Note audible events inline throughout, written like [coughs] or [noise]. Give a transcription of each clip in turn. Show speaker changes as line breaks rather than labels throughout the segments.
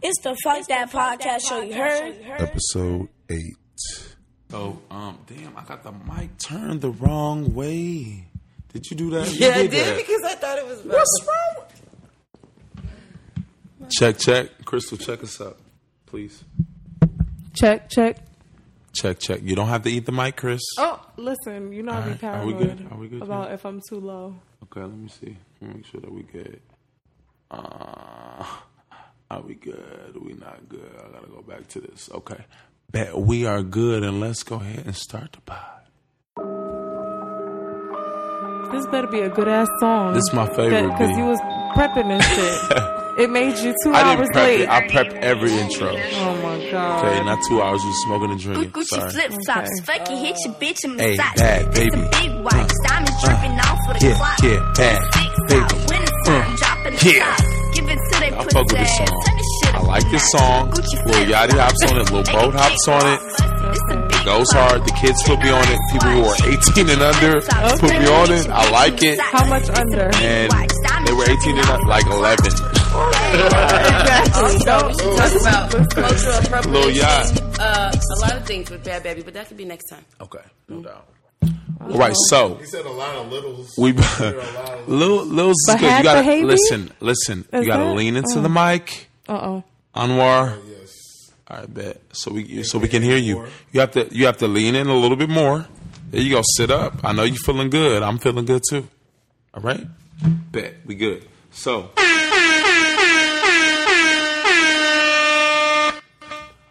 It's the Fuck That Podcast show you heard.
Episode 8.
So, um, damn, I got the mic turned the wrong way. Did you do that? You
Yeah, I did
that.
because I thought it was.
What's wrong? with- Check, check. Crystal, check us up, please.
Check, check.
Check, check. You don't have to eat the mic, Chris.
Oh, listen, you know
All
I be
right, are
paranoid
we good? Are we good,
about
Jen?
if I'm too low.
Okay, let me see. Let me make sure that we good. Uh, are we good? We not good. I gotta go back to this. Okay, bet we are good, and let's go ahead and start the pod.
This better be a good ass song.
This is my favorite
Because
beat.
you was prepping and shit.
[laughs]
it made you two
I
hours
didn't prep
late.
it. I prepped every intro.
oh my god.
Okay, not two hours. Just smoking and
I'm
drinking.
Gucci
Sorry.
flip flops. Fuck you, hit your bitch and
Hey,
massage.
bad
Hey,
baby. Uh,
big watch. Diamonds dripping off of the
yeah,
clock.
yeah, bad
Six
baby.
out, winter time,
Uh,
dropping the
yeah.
top. Give it to they
I
pussy
fuck with this
ass.
song.
Turn this shit
I
up
like
a
this
notch.
song.
Gucci
Little
flip
yachty
flops.
hops on it. Little
They
boat
can
hops
kick
on it.
rocks. It's a big
Goes
fuck.
hard. The kids put me on it. People who are 18 and under put me on it. I like it.
How much under?
And they were 18 and under, like 11.
[laughs]
Exactly.
Don't talk about cultural appropriation.
Little yacht.
Uh, a lot of things with Bad Baby, but that could be next time.
Okay, no doubt. All right, so
He said a lot of littles.
we
said a lot
[laughs]
of
little little
But
good. You
had
gotta
behavior?
listen, listen. You
Is
gotta
that-
lean into
oh.
the mic,
Uh oh.
Anwar.
yes.
I bet. So we so we can hear you. You have to you have to lean in a little bit more. There you go. Sit up. I know you're feeling good. I'm feeling good too. All right. Bet we good. So.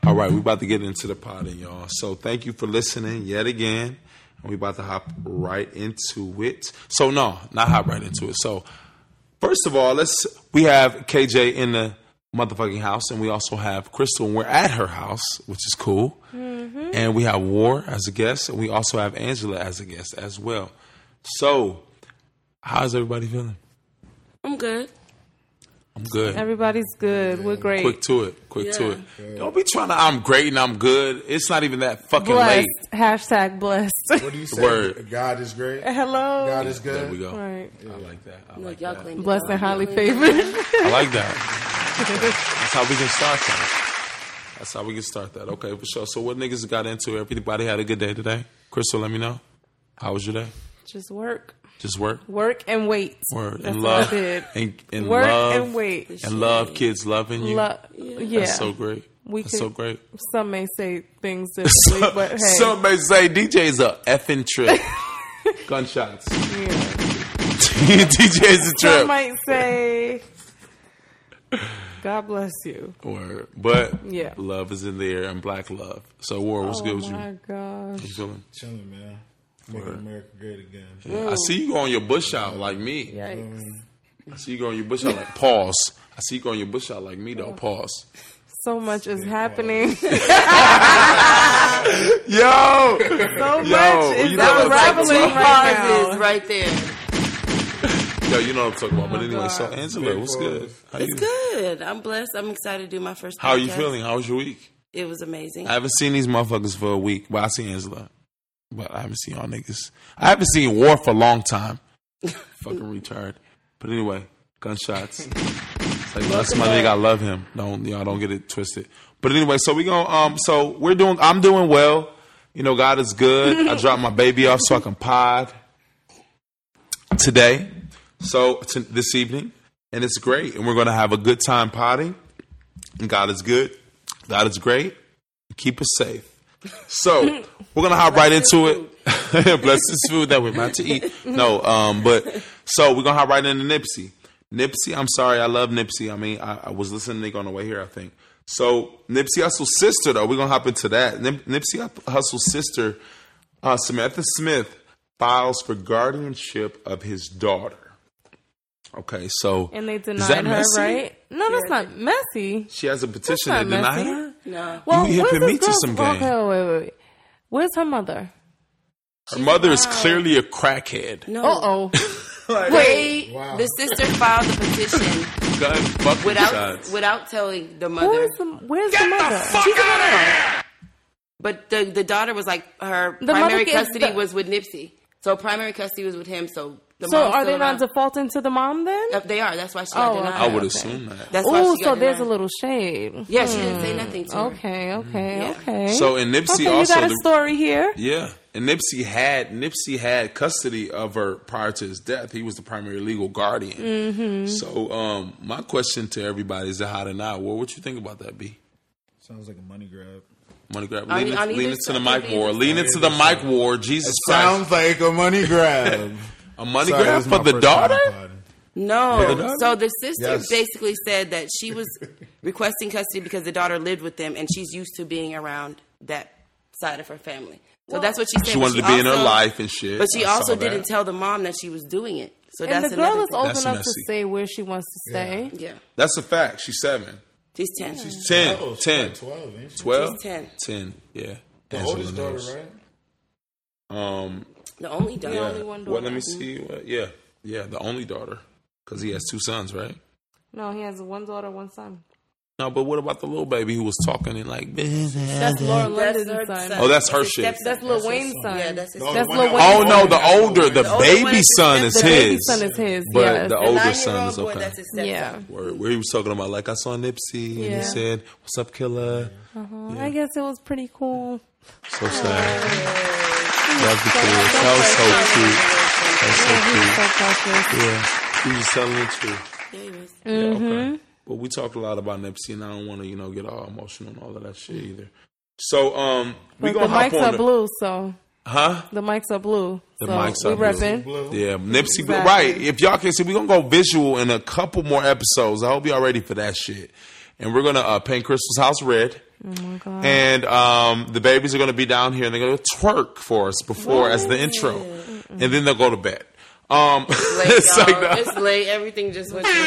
All right, we about to get into the potting, y'all. So thank you for listening yet again. And we about to hop right into it. So no, not hop right into it. So First of all, let's we have KJ in the motherfucking house, and we also have Crystal, and we're at her house, which is cool. And we have War as a guest, and we also have Angela as a guest as well. So, how's everybody feeling?
I'm good.
I'm good.
Everybody's good. We're great.
quick to it. Quick to
Yeah.
it. Don't be trying to. I'm great and I'm good. It's not even that fucking
blessed.
late.
Hashtag blessed. [laughs]
What do you say?
Word.
God is great.
Hello.
God is good.
There we go.
Right.
I like that. I
Look,
like
y'all
that.
clean it
Blessed
up.
and highly favored. [laughs]
I like that. That's how we can start that. That's how we can start that. Okay, for sure. So what niggas got into? Everybody had a good day today. Crystal, let me know. How was your day?
Just work.
Just work,
Work and wait.
word,
That's
and
what
love,
I did.
and, and
work
love,
and wait.
and love. Kids loving you.
Lo- yeah.
That's so great.
We
That's
could-
so great.
Some may say
[laughs]
things differently, [laughs] but hey.
Some may say DJ's a effing trip.
[laughs]
Gunshots. [laughs]
yeah.
DJ's a
Some
trip.
might say, God bless you.
word, but
Yeah.
love is in the air and black love. So war, what's good
oh
with you?
my gosh.
You feeling?
Chilling, man. Making America great again.
I see you on your bush out like me.
Yikes.
I see you go on your bush out like pause. I see you go on your bush out like me though. Pause.
So much is [laughs] happening. so
Yo,
much
you
is
know what I'm
unraveling
talking
right
Pauses
now.
right there.
yo, you know what I'm talking about. But anyway,
God.
so Angela, what's good? How you?
It's good. I'm blessed. I'm excited to do my first.
How are you
podcast.
feeling? How was your week?
It was amazing.
I haven't seen these motherfuckers for a week, but I see Angela. But I haven't seen y'all niggas. I haven't seen War for a long time. Fucking retard. But anyway, gunshots. It's like that's my nigga. I love him. Don't y'all don't get it twisted. But anyway, so we going um so we're doing I'm doing well. You know, God is good. I dropped my baby off so I can pod today. So t- this evening, and it's great, and we're gonna have a good time potting. And God is good. God is great. Keep us safe. So we're gonna hop right into it. [laughs] Bless this food that we're about to eat. No, um, but so we're gonna hop right into Nipsey. Nipsey, I'm sorry, I love Nipsey. I mean, I, I was listening to Nick on the way here, I think. So Nipsey Hussle's sister, though, we're gonna hop into that. Nip- Nipsey Hussle's sister, uh, Samantha Smith, files for guardianship of his daughter. Okay, so
And they
is that
denied her,
messy?
right? No, that's not messy.
She has a petition
not
that denied
messy.
her.
no.
Well,
You
where's
hipping
this
me to
girl's-
some
okay,
game.
wait, wait, wait. Where's her mother?
Her mother is clearly a crackhead.
No.
Uh oh.
Wait.
Wow.
The sister filed the petition
Gun fucking
without
shots.
without telling the mother.
Where's the, where's the mother? She's a mother.
But the the daughter was like her
The mother
primary
gets
custody
the-
was with Nipsey. So primary custody was with him. So the
So
mom's
are
still
they not
alive.
defaulting to the mom then?
Yep, Uh, They are. That's why she got
Oh,
denied.
I would
okay.
assume that.
That's why
Oh,
she got
so there's
denied.
a little shade.
Yeah, she didn't say nothing to her.
Okay, okay,
Yeah.
okay.
Mm-hmm. So, and Nipsey
okay,
also-
you got a
the-
story here.
Yeah, and Nipsey had Nipsey had custody of her prior to his death. He was the primary legal guardian.
Mm-hmm.
So, um, my question to everybody is: How to now? What would you think about that? Be
Sounds like a money grab.
money grab.
On- e-
Lean, it,
on either
lean into the
side,
mic
either
war.
side.
Lean into the mic war. Jesus Christ,
Sounds like a money grab.
a [laughs] money
Sorry,
grab
this is my
for the
first time
daughter.
potting.
For the
No.
daughter?
So the sister
Yes.
basically said that she was requesting custody because the daughter lived with them and she's used to being around that side of her family. So that's what she said.
She
but
wanted to be in her
also-
life and shit.
But she
I saw
also
that.
didn't tell the mom that she was doing it. So
And
that's
the girl
another
is
thing.
old
That's
enough
messy.
to stay where she wants to stay.
Yeah,
That's a fact. She's seven.
she's ten.
Ten.
Oh, she's
Ten.
like 12, ain't she?
12?
She's 10.
10, yeah.
The
Angela
oldest daughter,
knows.
right?
Um,
The only daughter.
yeah.
only one
Well, let
daughter.
me see. What, yeah. Yeah, the only daughter. Because he has two sons, right?
No, he has one daughter, one son.
No, but what about the little baby who was talking and like,
Mm-hmm. That's Laura
That's
London's
her
son.
son.
oh, that's her
His
shit.
stepson.
That's Lil Wayne's son.
Yeah, that's his
No, the
That's
one
Lil
that-
Wayne.
oh, no, the
That's
older, the
The older one
baby
is his
son is
the baby
his.
son is his.
But
yes.
the
The
older son
nine-year-old
is
boy,
okay.
that's his stepson.
yeah.
Where, where he was talking about, like, I saw Nipsey and he
Yeah.
said, What's up, killer?
Well, I guess it was pretty cool.
So sad. Love you, kid. That was so cute. That's so
So precious.
cute. Yeah. He was telling the truth.
Yeah, he was.
Yeah,
Mm-hmm.
okay. But we talked a lot about Nipsey, and I don't want to, you know, get all emotional and all of that shit either. So, um, we
But the
gonna hop
mics
on
are
the-
blue, so
huh?
the mics are blue.
The
so
mics
we
are blue.
repping.
Blue.
Yeah, Nipsey.
Exactly.
Right. If y'all can see, we're gonna go visual in a couple more episodes. I hope y'all ready for that shit. And we're gonna uh, paint Crystal's house red.
Oh my god.
And um, the babies are going to be down here and they're going to twerk for us before as the intro. And then they'll go to bed.
[laughs]
Um, [laughs] it's
Late,
like,
y'all.
no,
It's late. Everything just went.
yo, no,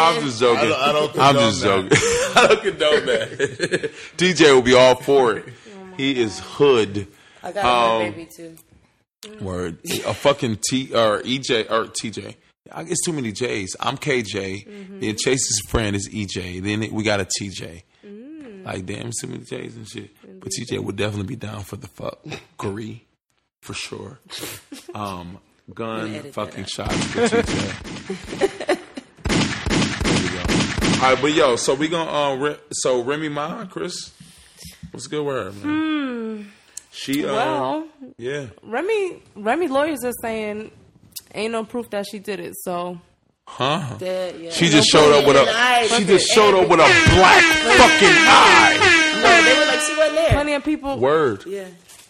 I'm just joking.
I don't- I don't
I'm
condone
just joking. [laughs]
that.
I don't condone [laughs] that. DJ will be all for it. He is hood.
I got a
Um,
good baby too.
Word. A fucking T or EJ or TJ. I guess too many J's. I'm KJ.
Mm-hmm.
Then Chase's friend is EJ. Then it- we got a TJ.
Mm.
Like damn, it's too many J's and shit. But TJ would definitely be down for the fuck. Corey, for
[laughs]
sure. Um, gun
edit
fucking
that
shots for TJ.
[laughs]
there we go. All right, but yo, so we gonna uh, Re- so Remy Ma, Chris, what's good with her, man?
Hmm.
She uh,
well,
yeah.
Remy Remy lawyers are saying ain't no proof that she did it, so
Huh?
That- yeah.
She just showed up with a she just showed up with a black fucking eye.
No, they were like she wasn't there.
plenty of people
Word.
Yeah.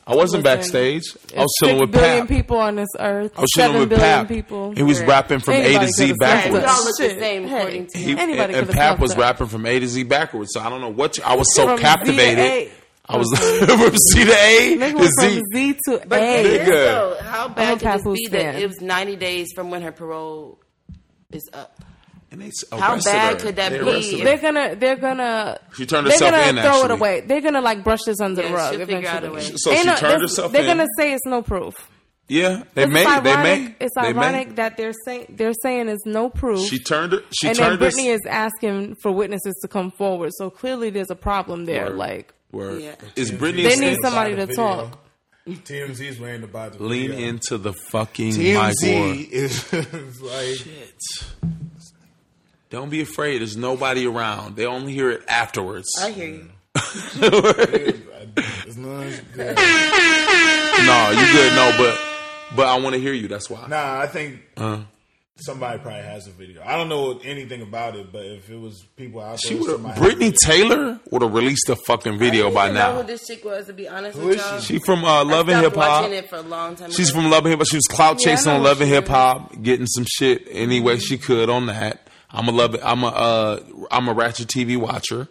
I wasn't
Listen,
backstage. I was chilling
six
with
billion
Pap.
people on this earth.
I was
Seven
chilling with
billion
Pap.
people.
He was
Right.
rapping from A to
Anybody
Z
could've smacked
We
backwards.
all
us.
look the
Shit.
same according to
He,
him.
Anybody
and, and
could've
Pap
snuck
was
that.
rapping from A to Z backwards. So I don't know what you, I was so
From Z to
captivated.
A.
I was [laughs] from C to A
Nigga
to
went
Z.
from Z to
But
A.
it is,
Nigga.
though. how bad could
Papu's
this be that
fan.
it was 90 days from when her parole is up?
And they s-
How
arrested
bad
her.
could that
They
be?
arrested her.
They're gonna, they're gonna.
She turned
they're
herself
gonna
in,
Throw it
actually.
away. They're gonna like brush this under
Yeah,
the rug.
she'll figure out a
eventually.
way.
So she
Ain't
turned
this-
herself
They're
in.
gonna say it's no proof.
Yeah, they
It's
made. they
ironic-
made.
It's
they made.
ironic that they're saying they're saying it's no proof.
She turned. her- She
and then
turned. us-
Brittany is asking for witnesses to come forward. So clearly, there's a problem there.
Word.
Like,
Word.
Yeah.
Is Brittany?
They
and
need
Stan-
some- somebody
Buy the
to
video.
talk.
TMZ's waiting to buy the
Lean
video.
into the fucking mic.
TMZ is, is [laughs] like
Shit. Don't be afraid. There's nobody around. They only hear it afterwards.
I hear you.
it's not good.
no, you good. No, but but I want to hear you. That's why.
Nah, I think somebody probably has a video. I don't know anything about it, but if it was people out
She
there,
would
somebody-
Brittany Taylor would have released the fucking video by
know who
now.
this chick was, to be honest
Who
with
is
y'all.
she?
She from uh, Love and Hip
Stopped
Hop.
watching it for a long time.
She's
ago.
from Love and Hip Hop. She was clout
Yeah, I
chasing
know
on
who
Love and
she
Hip
is.
Hop, getting some shit any way she could on that. I'm a love. I'm a uh, I'm a Ratchet TV watcher.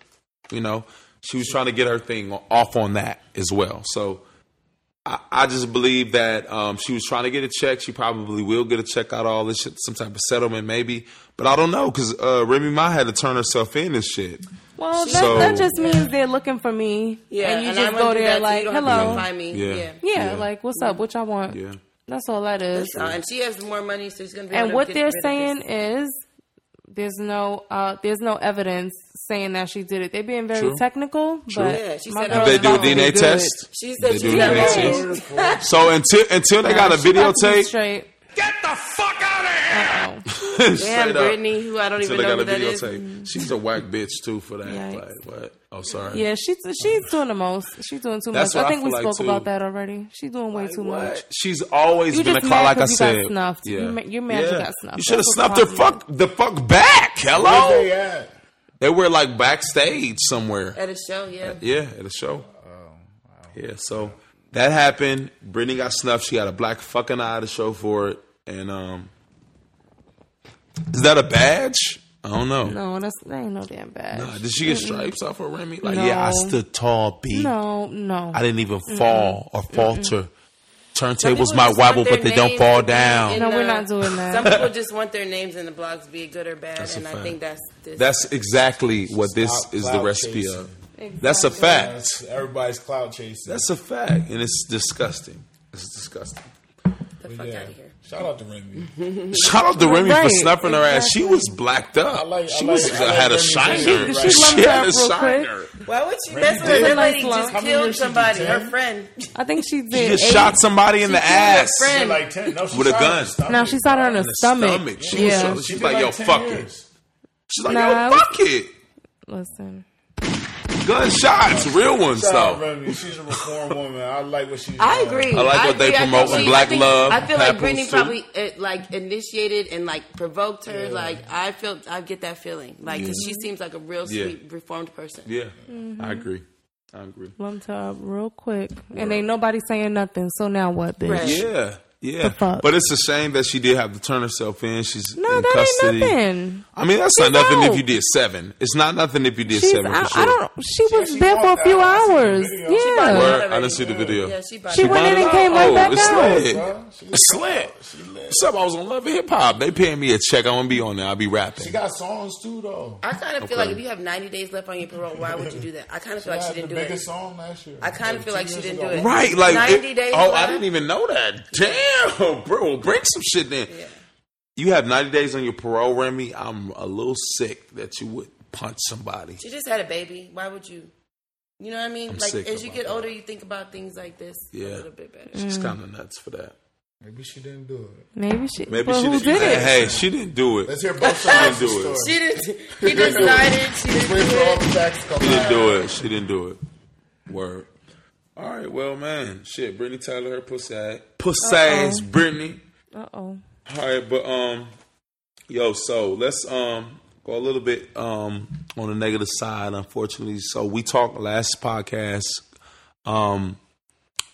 You know, she was trying to get her thing off on that as well. So I, I just believe that um, she was trying to get a check. She probably will get a check out of all this shit, some type of settlement maybe. But I don't know because uh, Remy Ma had to turn herself in and shit.
well, that,
So-
that just means they're looking for me.
Yeah,
and you
and
just
I'm gonna
go
do
there
that, so you
like,
don't have to come
hello.
Find me.
Yeah.
Yeah.
Yeah,
Yeah.
like what's up? What y'all want?
Yeah.
That's all that is.
Uh, That's all. And she has more money, so she's gonna be. able
And
to
what
get
they're
rid of this.
saying is there's no uh, there's no evidence saying that she did it. They're being very
True.
technical, but
Yeah, she
my
said
girl
Oh,
They
is
do a
really
DNA
good.
test.
She said
They
she
do a
got
DNA
married.
test. So until until they got a
Nah, she about to be
videotape,
Straight. Get the fuck
[laughs]
Damn,
straight up.
Brittany, who I don't
Until
even
they
know
got
who
a
that is. She
videotape, she's a whack bitch too for that.
Yikes.
Like what? Oh, sorry.
Yeah, she's she's doing the most. She's doing too
That's
much.
what
I
I
think we
feel like,
spoke
too.
about that already. She's doing way too
What?
much.
She's always
You
been a
just
clown,
mad
like I
'cause you got
said.
snuffed.
Yeah.
You ma- you're mad you got snuffed.
You should have
That's
snuffed
what's
her
wrong
fuck the fuck back. Hello.
Where they at?
They were like backstage
Eh.
somewhere.
At a show, yeah.
yeah, at a show. Yeah, so that happened. Brittany got snuffed. She got a black fucking eye to show for it. And um, is that a badge? I don't know.
No, that's that ain't no damn bad.
Uh, Did she get stripes off her Remy? Like,
No.
yeah, I stood tall, B.
No, no.
I didn't even fall or falter.
people
Turntables my
just want
wobble,
their
but they don't
names
fall
to be in
down.
No,
the-
we're not doing that.
Some people just want their names in the blogs, be it good or bad,
That's a
and I
fact.
think that's this.
That's exactly what this
Clout-
is the
clout
recipe
chasing.
of. That's a
Exactly.
fact.
That's- Everybody's cloud chasing.
That's a fact, and it's disgusting. It's disgusting.
the
But
fuck
yeah.
out of here.
Shout out to
[laughs]
Remy.
Shout out to Remy for
Right,
snuffing her ass. She
exactly.
was blacked up.
I like- I
she
like-
was
I like
had a
Remy
shiner.
Remy. She- she
lumps
had
up
a
real quick.
shiner.
Why would she
Really?
mess with somebody
Did-
How
just
many
years she
killed
was
somebody?
dead?
Her friend.
I think she did.
She just
eight.
shot somebody in the
killed her
ass.
friend.
Did like ten. No, she
With a
shot her
gun.
in the stomach.
No, she shot her in the
In the
stomach.
stomach. She was
yeah.
so- she's
did
like, yo,
10
fuck it.
years.
She's like,
Nah,
yo, fuck it.
Listen.
Gunshots, real ones
Shout out
though.
Remy. She's a reform woman. I like what she's.
I
doing.
agree.
I like what they
agree. I
promote
think
in
she-
Black
I think-
Love,
I feel like
Apples,
Britney
too.
probably uh, like initiated and like provoked her.
Yeah.
Like I feel, I get that feeling. Like 'cause she seems like a real
Yeah.
sweet, reformed person.
Yeah,
Mm-hmm.
I agree. I agree.
Lumped her up real quick. And ain't nobody saying nothing. So now what, bitch?
Right.
Yeah, yeah.
The fuck?
But it's a shame that she did have to turn herself in. She's
No,
in
that
custody.
ain't nothing.
I mean, that's
She's
not nothing
out.
if you did seven. It's not nothing if you did
She's,
seven.
I,
for sure.
I don't. She was
she
there for
walked
a few
out. I seen the
hours.
video. She
Yeah.
Word. I didn't see the video.
Yeah, she,
She went in and came right
oh,
back
it's
out.
lit.
Bro, she
It's lit.
She lit.
What's up? I was on Love and Hip Hop. They paying me a check. I want to be on there. I'll be
She
rapping.
got songs too, though.
I kind of feel
Okay.
like if you have 90 days left on your parole, why would you do that? I kind of feel
She
like she
had
didn't
the
do it.
biggest song last year.
I kinda feel
two
like she
years
didn't
ago.
do it.
right, like
90 days
Oh, I
left.
didn't even know that. Damn, [laughs] bro, well, bring some shit in.
Yeah.
You have ninety days on your parole, Remy. I'm a little sick that you would punch somebody.
She just had a baby. Why would you? You know what I mean?
I'm
like
sick
as you
about
get
that.
older, you think about things like this
Yeah.
a little bit better.
She's
Mm.
kind of nuts for that.
Maybe she didn't do it.
Maybe she.
Maybe
but
she
who
didn't.
did it?
Hey, she didn't do it.
Let's hear both sides
She
of
didn't
the
do it.
story.
She
[laughs]
didn't. He decided she didn't
Wait for
do
all
it.
the facts to come
She didn't
out.
do it. She didn't do it. Word. All right, well, man, shit. Brittany Tyler, her pussy, ass- pussy ass Brittany.
Uh oh.
All right, but um, yo, so let's um go a little bit um on the negative side. Unfortunately, so we talked last podcast, um,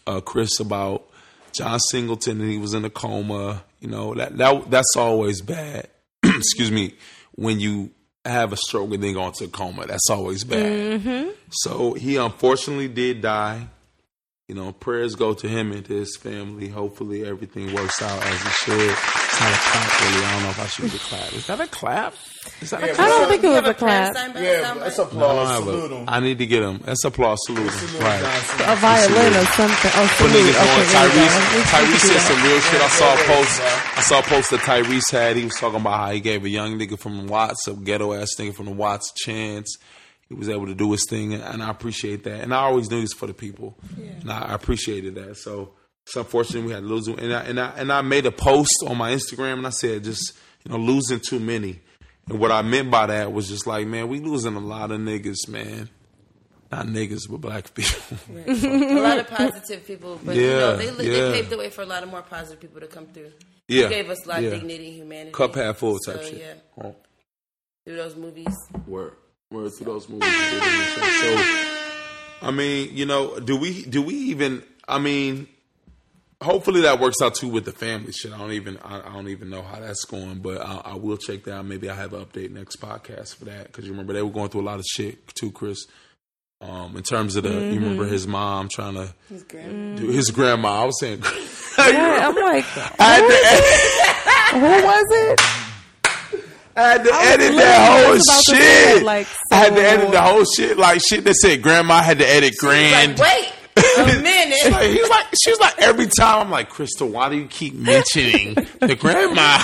uh, Chris about John Singleton and he was in a coma. You know that that that's always bad. [clears throat] Excuse me, when you have a stroke and then go into a coma, that's always bad. So he unfortunately did die. You know, prayers go to him and to his family. Hopefully, everything works out as it should. It's not a clap, really. I don't know if I should do a clap. Is that a clap? Is that a
Yeah,
I
clap?
don't think it
You have
was
a
a
prayer
clap.
sign by
Yeah,
somebody?
that's
I don't
applause.
have a-
Salute him.
I need to get him. That's applause. Salute
Salute
him.
him,
Right.
Johnson.
A violin or something. Oh,
Put
salute.
niggas on.
Okay, there you go.
Tyrese, Tyrese said some real shit. I saw a
Yeah,
post.
yeah.
I saw a post that Tyrese had. He was talking about how he gave a young nigga from Watts, a ghetto ass nigga from the Watts, a chance. He was able to do his thing, and, and I appreciate that. And I always knew this for the people, and I, I appreciated that. So it's unfortunate we had to lose him. And I, and I and I made a post on my Instagram, and I said just you know losing too many. And what I meant by that was just like, man, we losing a lot of niggas, man. Not niggas, but black people. [laughs]
a
[laughs]
lot of positive people, but you
Yeah,
know, they, li-
yeah.
they paved the way for a lot of more positive people to come through.
yeah,
They gave us like
yeah.
dignity, humanity,
Cup half full type
So,
shit.
Yeah,
Oh.
through those movies.
Word. Word through those movies. and shit, and shit. So, I mean, you know, do we do we even? I mean, hopefully that works out too with the family shit. I don't even I, I don't even know how that's going, but I, I will check that. out. Maybe I have an update next podcast for that because you remember they were going through a lot of shit too, Chris. Um, in terms of the, you remember his mom trying to his grandma. Do, his grandma. I was saying, [laughs]
Yeah, I'm like,
I had to edit,
who was it?
I had to edit
literally
that whole
just about to say that,
shit.
like,
I had to
so-
edit the whole shit, like shit that said grandma I had to edit grand.
Like, wait a minute.
[laughs] She's like, he's like, she's like, every time I'm like, Crystal, why do you keep mentioning the grandma?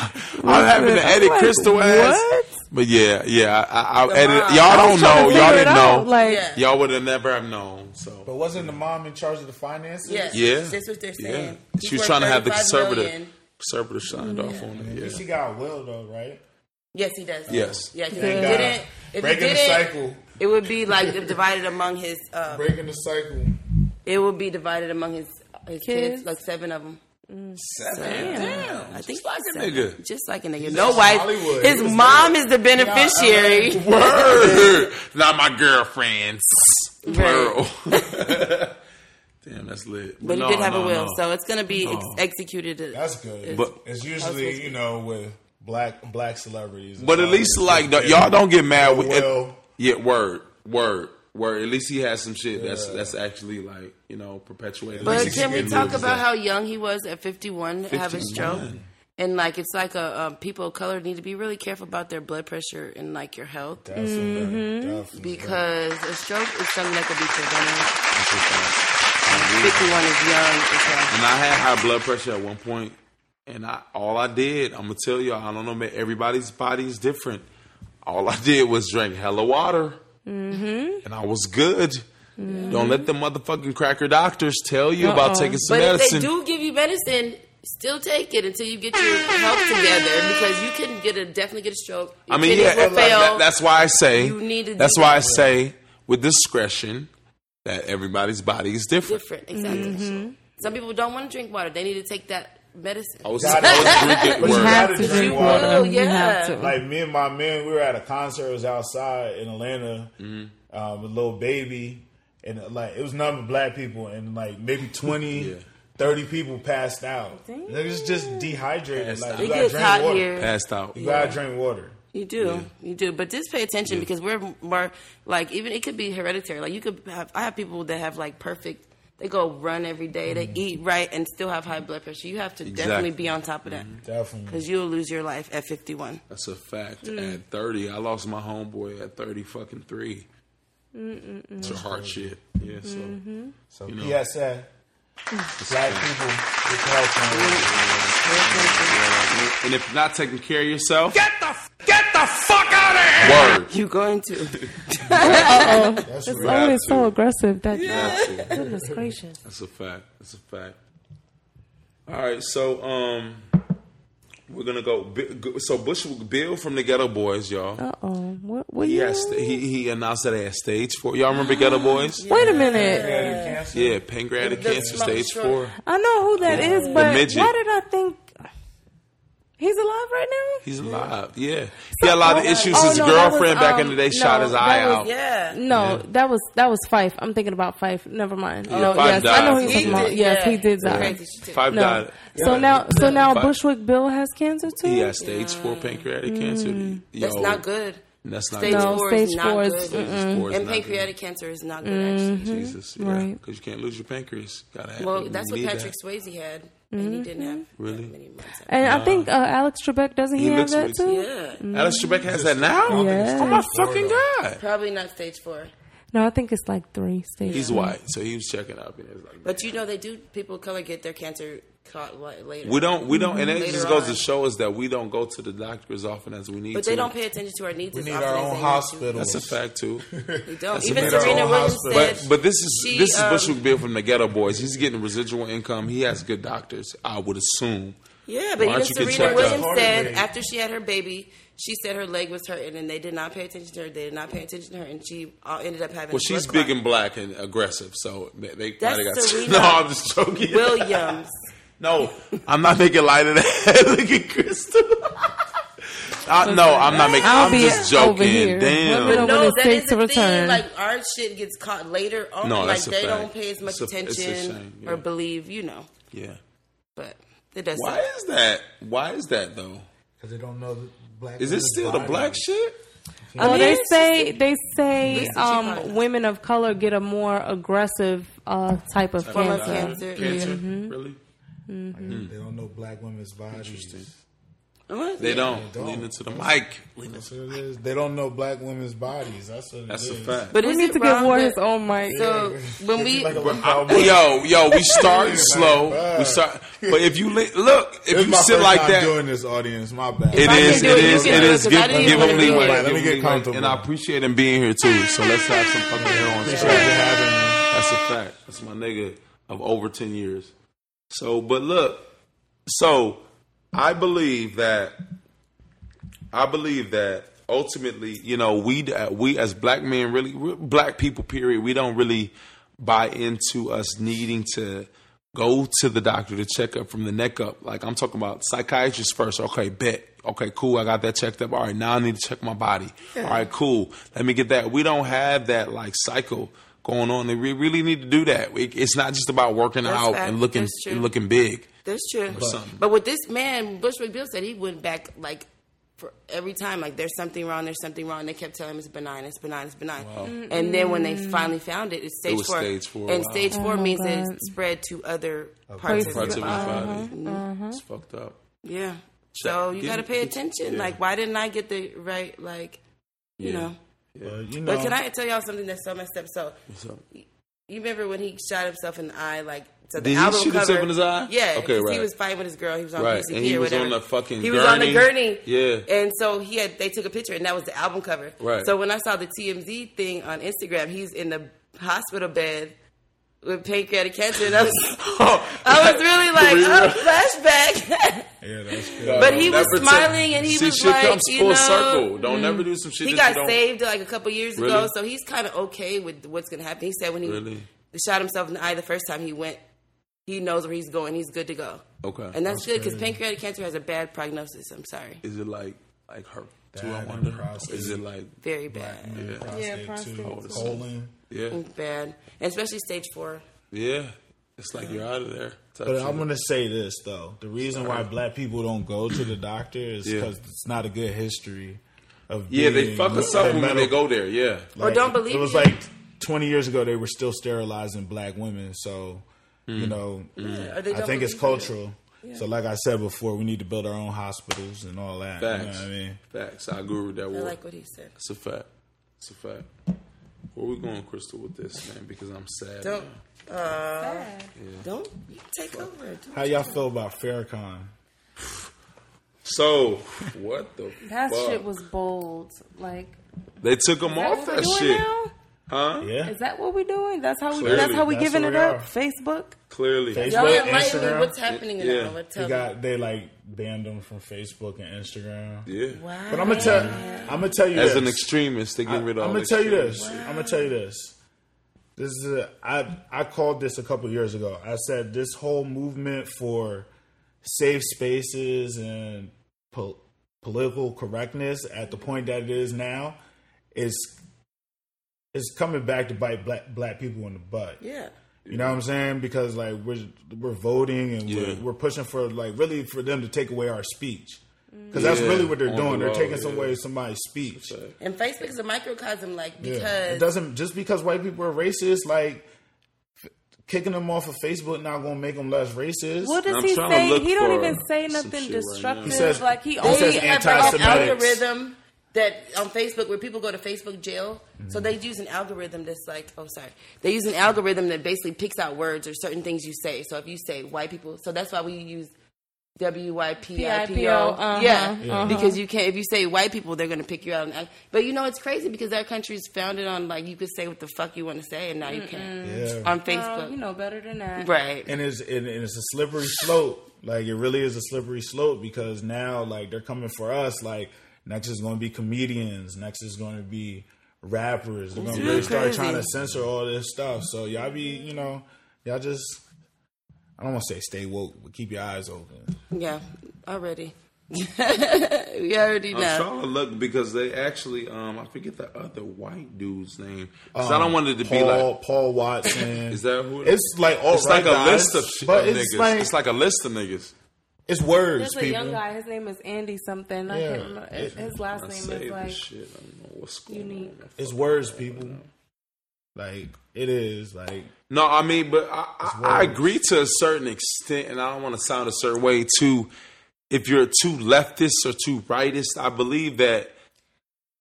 I'm having to edit
Like,
Crystal ass.
what?
But yeah, yeah. I, I, I
The
edited.
mom.
Y'all
I
don't know. Y'all didn't know.
Like,
Yeah.
y'all would have never have known. So
But wasn't the mom in charge of the finances?
Yes.
yeah,
That's what they're
yeah.
saying.
She
He's
was
worth
trying to have the
35
conservative,
million.
conservative signed off on
At least
it.
She
Yeah.
got a will though, right?
Yes, he does.
Yes.
Yeah, 'cause if
Thank
he
God.
didn't, if he
Breaking the
didn't,
cycle.
it would be like [laughs] divided among his. Uh,
Breaking the cycle.
it would be divided among his uh, his kids,
Kids.
like seven of them.
Seven.
I think
like a
seven.
nigga.
Just like a nigga.
just
No
in
wife.
Hollywood.
His
He was
mom is the beneficiary.
Word. Not my girlfriends. Plural.
[laughs] Right.
Damn, that's lit.
But
no,
he did have
no,
a will,
no.
so it's gonna be ex-
No.
executed.
That's good.
But-
it's usually you know with black black celebrities.
But at least like th- y'all don't get mad with
Well.
Yeah, word, word, word. At least he has some shit that's that's actually like you know perpetuated.
But
Like,
can we
she
talk
lives
about how young he was at 51 to have a stroke?
51.
And like it's like a um, people of color need to be really careful about their blood pressure and like your health
That's a
Mm-hmm.
very- definitely.
because a stroke is something that could be prevented. 51 is young. It's
And I had high blood pressure at one point, and I all I did, I'm gonna tell y'all, I don't know, man. Everybody's body is different. All I did was drink hella water,
Mm-hmm.
and I was good. Don't let the motherfucking cracker doctors tell you about
Uh-uh.
taking some
But if
medicine.
they do give you medicine, still take it until you get your health together because you can get a definitely get a stroke.
I mean, yeah,
Kidneys will
that- that-
fail.
that's why I say
You need to do
that's why I
that.
say with discretion that everybody's body is different.
different. Exactly. Some people don't want to drink water. They need to take that medicine.
I was,
Got it.
I
[laughs]
was drinking
You
word.
have
have
to
to
drink
drink
water.
water.
You
You
have
have
to.
to.
like me and my man, we were at a concert. It was outside in Atlanta
Mm-hmm.
um, with little baby, and uh, like it was number of black people, and like
[laughs]
maybe 20,
Yeah.
30 people passed out. Niggas just dehydrated.
Passed
like
out.
you
It
gotta
gets
drink
hot
water.
here.
Passed out.
You gotta drink water.
You do, you do. But just pay attention because we're more like even it could be hereditary. Like you could have I have people that have like perfect. They go run every day. They
Mm-hmm.
eat right and still have high blood pressure. You have to definitely be on top of that
Mm-hmm.
Definitely.
because you'll lose your life at 51.
That's a fact. At 30, I lost my homeboy at 30 fucking 3. It's a hard shit. Yeah, so.
So
You know.
PSA, black people, get health on.
And if you're not taking care of yourself,
Get the fuck out of here!
[laughs] word.
You're going to.
That's
Oh, it's
real.
have
always so
to.
aggressive. That
Have to.
[laughs] goodness gracious.
That's a fact. That's a fact. All right, so um, we're gonna go. Bi- go- So Bush Bill from the Ghetto Boys, y'all.
Uh oh. What? What? you-
Yes, he he announced that at stage four. Y'all remember Ghetto Boys? Yeah,
Wait a minute.
Pancreatic cancer.
pancreatic
The
cancer
smoke
stage
short.
four.
I know who that is, but why
midget.
did I think he's alive right now?
He's alive. Yeah, he had a lot of
Oh,
issues.
oh,
His
no, that
girlfriend
was,
back in the
um,
day shot
no,
his
that
eye
was-
out.
Yeah.
No, that was that was Fife. I'm thinking about Fife. Never mind. no,
Fife
yes, I know
died.
who you're
He
talking about.
did,
Yes,
yeah.
he did die.
Crazy shit.
Five
No.
died.
So now, so now
Fife-
Bushwick Bill has cancer too.
He had stage four pancreatic cancer. Yo,
Mm. That's not good.
That's not
Stage
good.
No,
four is
stage
not
four is- Mm.
good.
Stage four is
And
not good.
pancreatic cancer is not good, actually.
Jesus, yeah.
Mm-hmm. Right.
Because you can't lose your pancreas. Gotta have
Well,
you
that's what
need
Patrick Swayze had, and
Mm-hmm.
he didn't have
Really?
that many months. after.
And I think uh, Alex Trebek doesn't he,
He
have
looks
that
like-
too? Mm-hmm.
Yeah.
Alex Trebek has that now.
Yeah.
Oh my fucking god.
Probably not stage four.
No, I think it's like three Oh, stages.
He's white, so he was checking up, and it was like,
But you know, they do. People of color get their cancer caught li- later.
we don't, we don't, and it
Mm-hmm. Later
just goes
on.
to show us that we don't go to the doctor as often as we need.
but
to.
they don't pay attention to our needs.
We
as
need
often
our
as
own
they
hospital.
That's a fact
[laughs]
too.
To. We don't.
That's
Even
a fact.
Serena
Our own
Williams
hospital.
said.
But but this is
she,
this is
um,
Bushwick Bill from the Ghetto Boys. He's getting residual income. He has good doctors, I would assume.
yeah, but
Why
even
don't you get
Serena
checked
Williams
out?
said
Heartbreak.
after she had her baby, she said her leg was hurting, and they did not pay attention to her. They did not pay attention to her, and she uh, ended up having.
Well,
a
she's
blood
big
clot.
and black and aggressive, so they, they
That's
probably got.
Serena
no, I'm just joking.
Williams.
No, I'm not making light of that. [laughs] Look at
[laughs]
Crystal. I, no, I'm not making.
I'll
I'm
be
just
over
joking.
here. Women
Damn.
over- when
No,
it's
that
safe
is
to
the thing.
return.
Like our shit gets caught later on.
No,
like
that's a
they
fact.
don't pay as
It's
much
a- it's a
attention
shame, yeah.
or believe, you know.
Yeah.
But it does.
Why is that? Why is that though?
Because they don't know the black.
Is it
people's
still the
body.
Mm.
black shit?
Well,
mean,
they
it's
say they say
Listen, she probably-
um, women of color get a more aggressive uh, type of
Form of
cancer.
cancer.
Cancer, really?
They don't know black women's bodies.
Unless-
They don't.
don't.
Lean into the mic. Lean into-
That's what it is. They don't know black women's bodies. That's what it
That's a
is.
fact.
But
We
is
need
it
to give
wrong
War
that-
his own mic.
[laughs]
So when we
Like a little
Hey,
cowboy.
yo, yo, we start slow.
bad.
We start, but if you li- look, if
This is
you
my
sit
first
like
time
that,
doing this audience. My bad.
It
I can
is,
do
it
it, you
is,
can
it
do it,
is.
'cause
Give,
I didn't
give
even
them
wanna do
leeway.
it. Let
Give
me
them
get
leeway.
comfortable.
And I appreciate him being here too. So let's have some fucking hair on
Appreciate you
straight.
having me.
That's a fact. That's my nigga of over ten years. So, but look, so I believe that I believe that ultimately, you know, we uh, we as black men really we're black people period, we don't really buy into us needing to go to the doctor to check up from the neck up. Like I'm talking about psychiatrist first. Okay, bet. Okay, cool. I got that checked up. All right, now I need to check my body. All right, cool. Let me get that. We don't have that like cycle going on. And we really need to do that. We, it's not just about working
That's
out
fact.
and looking
That's true.
and looking big.
That's true.
something.
But, with this man, Bushwick Bill said he went back like for every time, like there's something wrong, there's something wrong. They kept telling him it's benign, it's benign, it's benign. And then when they finally found it, it's stage
was
four.
stage four,
And
wow.
stage four means it spread to other parts of
Parts
the
of his
body.
body. It's fucked up.
Yeah. So you
Give-
got to pay attention.
Yeah.
Like, why didn't I get the right? Like, you
Yeah.
know.
But, you know,
But can I tell y'all something that's so messed up? So
So-
you remember when he shot himself in the eye? Like, so the
Did he
album
shoot
cover,
himself in his eye?
Yeah.
Okay,
'cause
right.
He was fighting with his girl. He was on
Right,
PCP
and he
or
was on
whatever.
the fucking
He was on the
gurney.
gurney.
Yeah.
And so he had they took a picture, and that was the album cover.
Right.
So when I saw the TMZ thing on Instagram, he's in the hospital bed. With pancreatic cancer, and I was, [laughs] [laughs] I was
Uh,
really like, oh, flashback. [laughs]
yeah, that's good.
But he
Never
was
to-
smiling and he
See,
was
shit
like,
comes
you
full
know, mm.
circle. Don't ever do some shit.
he
that
got
you don't-
saved like a couple years
Really?
ago, so he's kind of okay with what's going to happen. He said when he
Really?
shot himself in the eye the first time, he went, he knows where he's going, he's good to go,
Okay.
and that's, good 'cause good because pancreatic cancer has a bad prognosis. I'm sorry,
is it like like her? Too, I
Bad
wonder.
prostate.
Is it like
very bad,
Prostate, too. Colon.
yeah,
bad, and especially stage four.
yeah? It's like you're out of there. type
But
shit.
I'm gonna say this though: the reason why black people don't go to the doctor is
Yeah.
because it's not a good history of
yeah, they
being-
fuck us up when
medical-
they go there. Yeah,
Or don't believe
It was
you.
like 20 years ago they were still sterilizing black women, so you know,
Mm. Or they
I
don't
think
believe
it's
you.
cultural. So, like I said before, we need to build our own hospitals and all that. you know
facts.
what I mean,
facts. I agree with that
I
word.
like what he said.
it's a fact. It's a fact. Where we going, Crystal, with this man? Because I'm sad.
Don't,
man.
uh, don't take over.
how y'all feel about Farrakhan?
So [laughs] what the
That
fuck?
shit was bold. Like,
They took him
that
off
what we
that
doing
shit.
now?
Huh?
Yeah,
Is that what we're doing? That's how we.
Clearly,
that's how we
that's
giving
what
it
we
up.
are.
Facebook.
Clearly.
Facebook,
Y'all enlighten me.
Instagram.
What's happening
Yeah.
now? Tell
He
me.
got they like banned him from Facebook and Instagram.
Yeah.
Wow.
But I'm gonna tell, I'm gonna tell you
As
this.
an extremist, they get rid of.
I'm
all
gonna tell you
extremists.
this. I'm gonna tell you this. This is a, I I called this a couple years ago. I said this whole movement for safe spaces and po- political correctness at the point that it is now is is coming back to bite black black people in the butt.
yeah.
You know what I'm saying? Because like we're we're voting and
Yeah.
we're, we're pushing for like really for them to take away our speech because that's
Yeah,
really what they're
on
doing.
the
they're
law,
taking some
yeah.
away somebody's speech.
And Facebook is a microcosm, like
Yeah.
because
it doesn't just because white people are racist, like f- kicking them off of Facebook not gonna make them less racist.
What does
I'm
he
trying to
say?
look
He don't
for
even say
some shit
nothing
right now.
destructive.
He says-
like he
he
only
says
ever-
have an
anti-Semitic.
algorithm that on Facebook where people go to Facebook jail. So they use an algorithm that's like, oh, sorry. They use an algorithm that basically picks out words or certain things you say. So if you say white people, so that's why we use W Y P I P
P-I-P-O,
O.
uh-huh,
Yeah.
Yeah.
Because you can't, if you say white people, they're going to pick you out. And, but you know, it's crazy because our country is founded on like, you could say what the fuck you want to say and now you can't.
Yeah.
On
Girl,
Facebook.
you know better than that.
Right.
and it's and, and it's a slippery slope. Like it really is a slippery slope because now like they're coming for us. Like next is gonna be comedians. Next is gonna be rappers. They're gonna really start
crazy.
trying to censor all this stuff. So y'all be you know y'all just. I don't want to say stay woke, but keep your eyes open.
yeah. Already. [laughs] we already know.
I'm trying to look because they actually, um, I forget the other white dude's name. 'Cause I don't want it to be
Um, Paul,
like.
Paul Watson.
[laughs] Is that who?
It's like all
it's like a
guys,
list of shit
but
of
it's
niggas.
like
it's like a list of niggas.
it's words.
There's
people.
a young guy. His name is Andy something. I
Yeah.
can't remember. His, his last
I
name is
saved
like
this shit. I don't know what's going
unique.
on.
It's words, people. Like it is. Like
No, I mean, but I, I, I agree to a certain extent, and I don't want to sound a certain way too if you're too leftist or too rightist, I believe that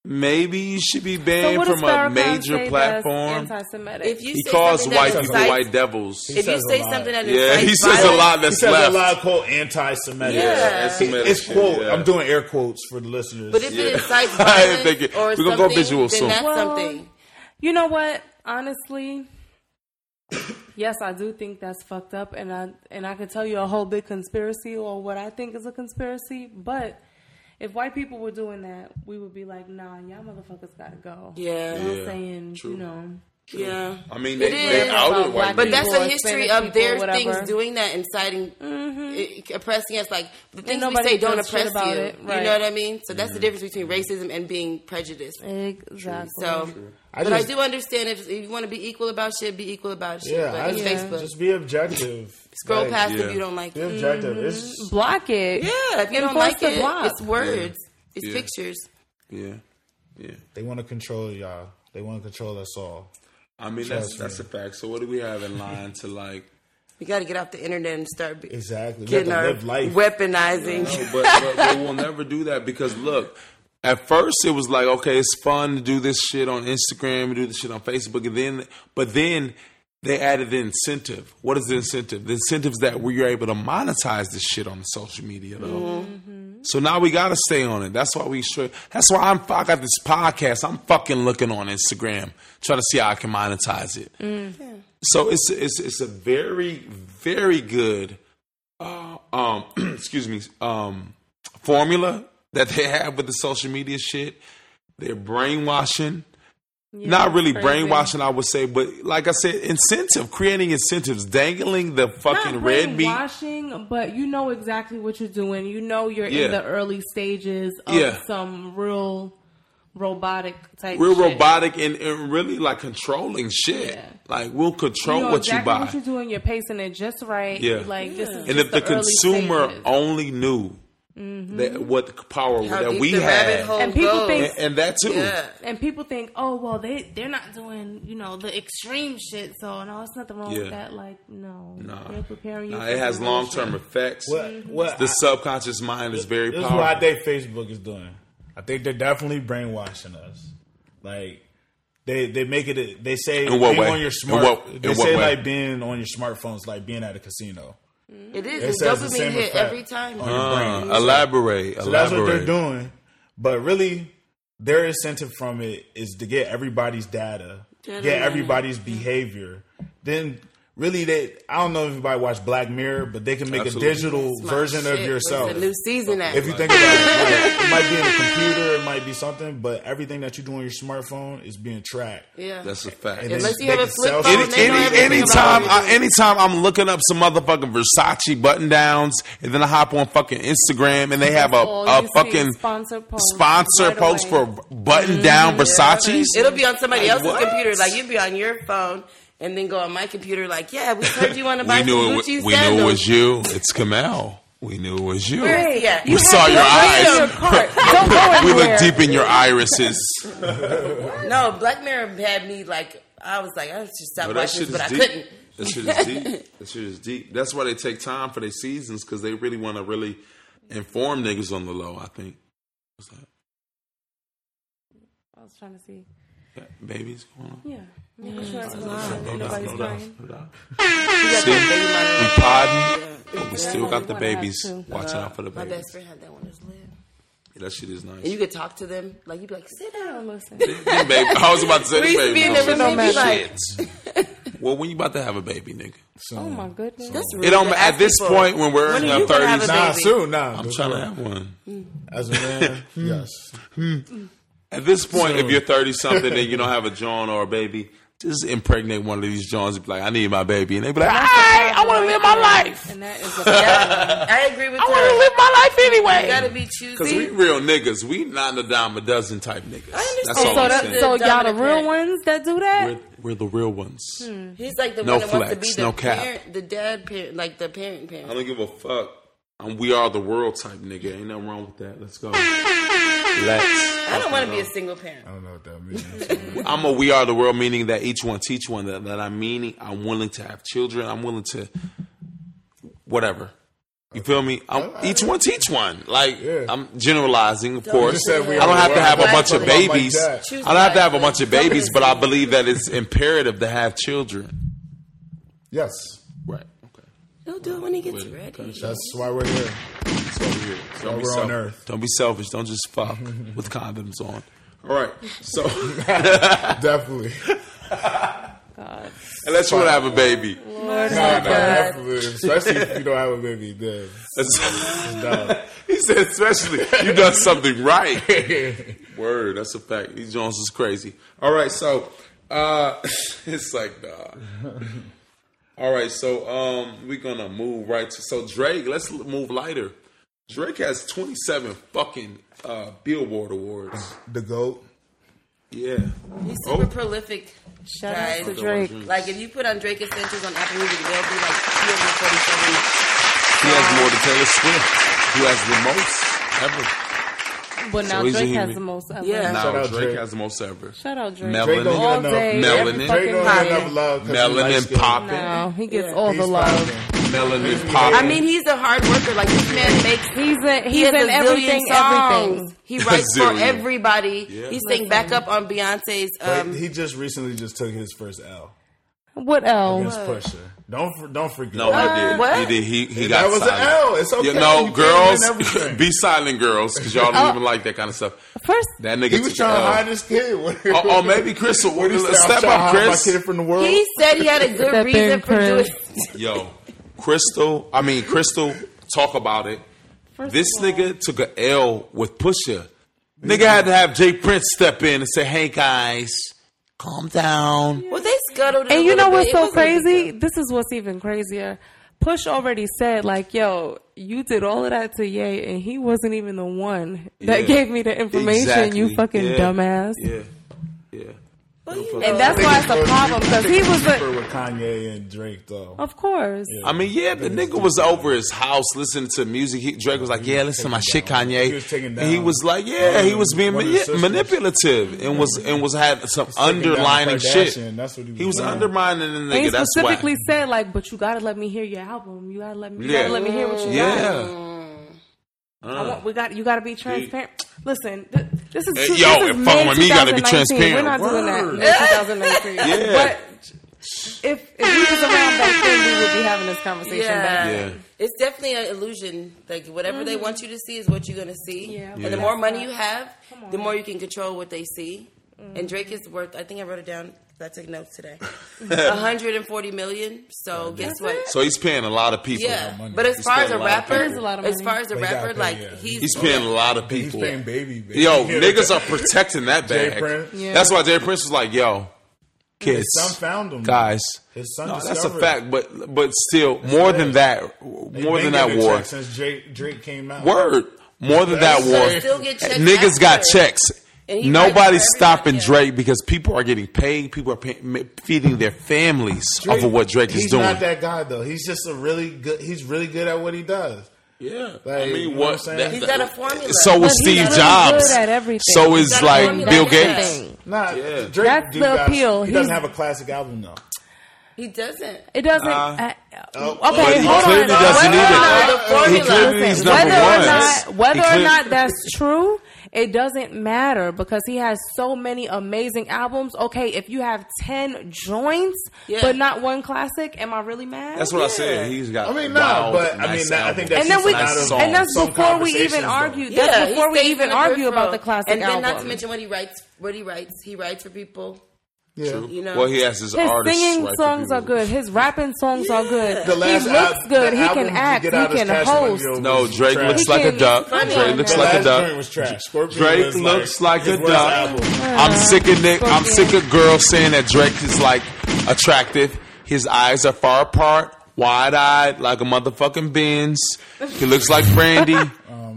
maybe you should be
So
banned
what does
from a
Farrakhan say
major
that's
platform.
Anti-Semitic.
If you
He
say
calls
something that
white people
incites-
white devils.
If you
says a
say
lot.
something that
Yeah, he
incites
says a
violence-
lot
He
that's
says a
left.
lot of quote anti-Semitic.
Yeah.
Anti-Semitic
It's
shit,
quote.
yeah.
I'm doing air quotes for the listeners.
But if it
Yeah. [laughs]
incites
I didn't
violence
think it-
or
We're gonna go
something,
visual
then
soon.
that's
Well,
something.
You know what? Honestly, yes, I do think that's fucked up, and I and I can tell you a whole big conspiracy or what I think is a conspiracy. But if white people were doing that, we would be like, nah, y'all motherfuckers gotta go. You know
Yeah,
what
Yeah,
I'm saying?
true.
You know.
yeah.
I mean, they,
It
they're
is.
outed white
But
But
people.
that's
people
a
or
history
Hispanic
of their
people or
things
whatever. Mm-hmm.
doing that, inciting, i- oppressing us. Like the things we
nobody
say don't
gives a shit
oppress
about
you.
it,
You
right.
know what I mean? So
Mm.
that's the difference between racism and being prejudiced.
Exactly.
So,
I
but
just-
I do understand if, if you want to be equal about shit, be equal about shit.
yeah,
but
I
it's
just,
Facebook.
just be objective.
[laughs] Scroll
Like,
past Mm-hmm.
Yeah.
if you don't like
Be
it.
objective. It's
block it.
Yeah, if you don't
Enforce
like
the
it,
block.
it's words, it's
Yeah.
pictures.
Yeah, yeah.
they want to control y'all. They want to control us all.
I mean, that's
Trust
that's a
me.
fact. So what do we have in line to like?
We got to get off the internet and start be-
Exactly. We
getting
have to
our
live life.
weaponizing.
No,
[laughs]
but, but, but we'll never do that because look, at first it was like, okay, it's fun to do this shit on Instagram, do this shit on Facebook, and then but then they added the incentive. What is the incentive? The incentives that we are able to monetize this shit on social media though. Mm-hmm. So now we gotta stay on it. That's why we should. That's why I'm. I got this podcast. I'm fucking looking on Instagram, trying to see how I can monetize it.
Mm.
So it's it's it's a very very good uh, um [clears throat] excuse me um formula that they have with the social media shit. They're brainwashing. Not really
crazy.
brainwashing, I would say, but like I said, incentive, creating incentives, dangling the fucking
Not
red meat.
brainwashing, but you know exactly what you're doing. You know you're
Yeah.
in the early stages of
Yeah.
some real robotic type.
[laughs] real
shit.
robotic and, and really like controlling shit.
Yeah.
Like we'll control
you know
what
exactly
you buy.
what you're doing. You're pacing it just right.
Yeah.
Like this is
and
just
if the,
early
consumer
stages.
only knew that what the power
How
that
deep
we
the rabbit
had,
hole
And people
goes.
think-
and, and that too.
yeah.
and people think, oh well, they they're not doing you know the extreme shit. So no, it's nothing wrong
Yeah.
with that. Like no,
Nah.
they're preparing you.
Nah,
for
it has
some
long
real
term
shit.
effects.
What?
Mm-hmm.
What?
The subconscious mind is very
this
powerful.
is what I think Facebook is doing. I think they're definitely brainwashing us. Like they they make it. They say
In what
being
way?
on your
In
smart.
what- in
they
what
say
way?
like being on your smartphones, like being at a casino.
It is.
It
It's
says the
dopamine
same
hit
effect
every time. Uh-huh.
on your
Uh,
brain.
elaborate.
So that's what
elaborate.
they're doing. But really, their incentive from it is to get everybody's data,
Data
get
mining.
everybody's behavior. Then really, they I don't know if anybody watched Black Mirror, but they can make
Absolutely.
a digital
My
version
shit
of
was
yourself.
The new season at.
If you think about it, like, it might be in a computer, it might be something, but everything that you do on your smartphone is being tracked.
yeah.
That's a fact.
And
Unless
they-
you have
they
a
can
flip
sell
phone,
shit.
they don't have
Any,
anything
anytime,
about
I,
it.
anytime I'm looking up some motherfucking Versace button downs, and then I hop on fucking Instagram, and they have a,
All
a
you see
fucking
is sponsored posts
sponsor
right
post
away.
for button down Versace's.
Mm-hmm. It'll be on somebody else's
what?
computer. Like you'd be on your phone and then go on my computer. Like, yeah, we heard you want to
[laughs]
buy
We
some
knew it.
Gucci
w- We knew it was you. It's Kamel. We knew it was you.
Right. Yeah.
We
You
saw
had
your
to
[laughs]
look
eyes.
in
Don't go
We
anywhere.
looked deep in your
[laughs]
irises.
No, Black Mirror had me like I was like I should stop watching this, but I couldn't.
That shit is deep. That shit is deep. That's why they take time for their seasons because they really want to really inform niggas on the low. I think. What's that?
I was trying to see.
Babies going on.
Yeah. Make sure it's alive and nobody's
No doubt,
crying.
no doubt. See, we podding, but we still got the
Wanna have
babies
two.
watching out for the
My
babies.
best friend had that one as live.
That shit is
And you
nice.
could talk to them. Like you'd be like, sit
Oh,
down.
[laughs] listen.
Them baby- I was about to say
We
the
used to be
baby.
in the
don't
room and be like,
shit. well, when you about to have a baby, nigga?
So,
Oh my goodness.
That's rude
It don't.
to
ma- At
ask
this
people.
point, when we're
When
in
are
our
you gonna have
thirties,
a
Nah,
baby.
soon, nah.
I'm Hmm. trying to have one.
As a man,
[laughs]
yes.
At this point,
Soon.
if you're 30 something and you don't have a John or a baby, just impregnate one of these Johns and be like, I need my baby. And they be like, I, I want to live my life.
And
[laughs]
that is a
Yeah, I agree with
I
her.
want to live my life anyway.
You gotta be
Because we
choosy.
real niggas. We not a dime a dozen type niggas.
I understand.
That's all
Oh, so
I'm
that,
saying.
so y'all the
Dominant
real
parent.
ones that do that.
we're, we're the real ones.
He's like the
No
one that wants to
flex,
be the
no cap.
parent, the dad parent, like the parent
I
parent.
don't give a fuck. I'm we are the world type nigga. Ain't nothing wrong with that. Let's go. Let's.
I don't want to be a single parent.
I don't know what that means.
I'm a we are the world meaning that each one teach one that, that I'm meaning I'm willing to have children. I'm willing to whatever. You feel me? I'm, each one teach one. Like
Yeah.
I'm generalizing, of course.
just said we
I don't
are
have to have a
black
bunch of
people like
babies. I
that.
don't have to have a bunch of babies, but I believe that it's imperative to have children.
Yes,
Right. Okay.
He'll do it when he gets ready.
that's why we're here.
That's what we're here. Don't be
we're on
self-
Earth.
Don't be selfish. Don't just fuck [laughs] with condoms on. All right. So [laughs]
Definitely. [laughs]
unless you want to have a baby.
No, no, definitely. Especially if you don't have a baby. Then. No.
[laughs] he said, especially you done something right.
[laughs]
Word, that's a fact. These Jones is crazy. All right, so uh [laughs] it's like nah. All right, so um we're gonna move right to so Drake, let's l- move lighter. Drake has twenty seven fucking uh Billboard Awards.
The GOAT.
Yeah.
He's super prolific.
Shout out to
Guys.
Drake.
Like if you put on Drake Essentials on Apple Music, they'll be like 247.
He has more than Taylor Swift, who has the most ever.
But now
he's a
Drake
human.
has the most. ever.
Yeah.
Now
Shout out
Drake,
Drake.
has the most ever.
Shout out Drake.
Melanin.
Drake don't
All
get enough.
day.
Melanin.
every
Drake
fucking
don't get
day.
enough love. 'cause he
Melanin
light-skinned.
popping.
No, he gets
Yeah.
all the
He's
love.
popping.
Melanin popping.
I mean, he's a hard worker. Like this man makes.
He's a, he's
He has
in
a
everything,
zillion songs.
everything.
He writes for
Zillion.
everybody.
Yeah.
He sang back up on Beyonce's.
But
Um,
he just recently just took his first L.
What else?
Against Pusher. Don't for- don't forget.
No, he did.
what?
He did. He, he
uh, That
got
was an
silent.
L. It's okay.
You know,
You can't win
girls,
everything. Oh.
be silent, girls, because y'all don't even like that kind of stuff.
First,
That nigga
he was
took
trying
an
to
L.
hide his kid. [laughs]
Or, or maybe Chris will
What he said, I'm
step
trying to
up,
hide My
Chris.
kid from the world.
he said he had a good
Step
reason
in,
for doing.
Chris.
Yo, Crystal. I mean, Crystal. Talk about it.
first
This
of all,
nigga took an L with Pusha. Nigga had to have Jay Prince step in and say, "Hey guys, calm down."
Well, they scuttled. it a
And you know
little
what's
bit. It
so
wasn't a big
crazy? This is what's even crazier. Push already said, like, yo, you did all of that to Ye, and he wasn't even the one that
Yeah.
gave me the information, you
Exactly.
fucking
Yeah.
dumbass.
Yeah, yeah.
deal.
And that's why it's a problem, because he was
Deeper
the.
with Kanye and Drake though.
Oh.
Of course.
I mean, yeah, the nigga was over his house listening to music. He, Drake was like, "Yeah, listen to my shit, Kanye."
He was taking
And he
down
was like, "Yeah, he was being
one of the
mani-
sisters.
manipulative and was and was had some underlining
taking down the
shit."
Kardashian, that's what he was
he was
doing.
undermining the
And
nigga.
he
That's
specifically
why.
said, like, but you gotta let me hear your album. You gotta let me, you
Yeah.
gotta let me hear what you got.
Yeah.
I want, we got you got to be transparent. Listen, th- this is
Hey,
too,
yo,
this
if fucking
is May
with me, you gotta be
2019. We're not
transparent.
doing that. May 2019.
[laughs] Yeah.
But if if we was around back then, we would be having this conversation. Back
Yeah.
then.
Yeah.
It's definitely an illusion. Like whatever they want you to see is what you're gonna see.
Yeah,
And
Yeah.
the more money you have, the more you can control what they see.
Mm-hmm.
And Drake is worth. I think I wrote it down. 'cause I took notes
[laughs]
today. 140 million. So guess what?
So he's paying a lot of people.
Yeah, but as
He's
far as
paying
a
lot of
rapper,
people.
That is a lot of
as
money.
far as a
They gotta
rapper,
pay,
like
yeah.
he's
he's paying a lot of
He's
people.
paying baby, baby.
Yo,
[laughs]
niggas are protecting that
Jay
bag.
Prince. Yeah.
That's why Jay Prince was like, "Yo, kids,
His son found him.
guys."
His son
No, Oh, that's a
discovered
fact, but but still, more than that,
They've
more than
been
that
getting
war.
checks Since Drake, Drake came out.
Word. More than that
So
war.
still get checks
Niggas got
after.
checks.
And he
Nobody's
writes for
stopping
everybody, yeah.
Drake because people are getting paid. People are pay- ma- feeding their families off of what Drake is
he's
doing.
not that guy though. He's just a really good. He's really good at what he does.
yeah,
Like,
I
you
mean, what?
know what I'm saying?
that-
he's got a formula.
so was
But he's
Steve
really
Jobs.
good at everything.
So
He's
is
got a
like
formula
Bill
for
Gates.
everything.
Nah,
Yeah.
Drake.
That's
do
the
got-
appeal.
He doesn't
He's-
have a classic album though.
he doesn't.
It doesn't.
Uh,
Uh,
oh,
but
okay,
he
hold
clearly
on.
doesn't
whether
either.
or
The formula.
He clearly is
Listen,
number
whether
one.
or not
He
whether or
clear-
not that's true, it doesn't matter because he has so many amazing albums. Okay, if you have ten joints
Yeah.
but not one classic, am I really mad?
That's what I said. He's got.
I mean,
wild,
nah, but I
nice
mean, that, I
albums.
think that's
and then
just
we
a lot of
songs.
and that's
some
before we
conversations,
even
though.
argue.
Yeah,
That's
he
before we
stays in
even
the
argue about
peripheral.
the classic
And then,
album.
not to mention what he writes. What he writes. He writes for people.
Yeah.
You know.
Well, he has his,
his
artists.
singing
right, for
songs
people.
are good. His rapping songs are good.
The last
he looks
al-
good.
the
He
album
can
you
act. He
get out is
can
Cash Money,
host.
yo,
No,
was
Drake
trash.
looks
He
like a
can't-
duck.
Come
Drake looks
on, man.
The
like a
last
duck.
joint was trash. Scorpion
Drake
was
looks like
his
a
worst
duck.
album.
I'm sick of Nick. I'm
Scorpion.
sick of girls saying that Drake is like attractive. His eyes are far apart, wide eyed, like a motherfucking Benz. He looks like
[laughs]
Brandy.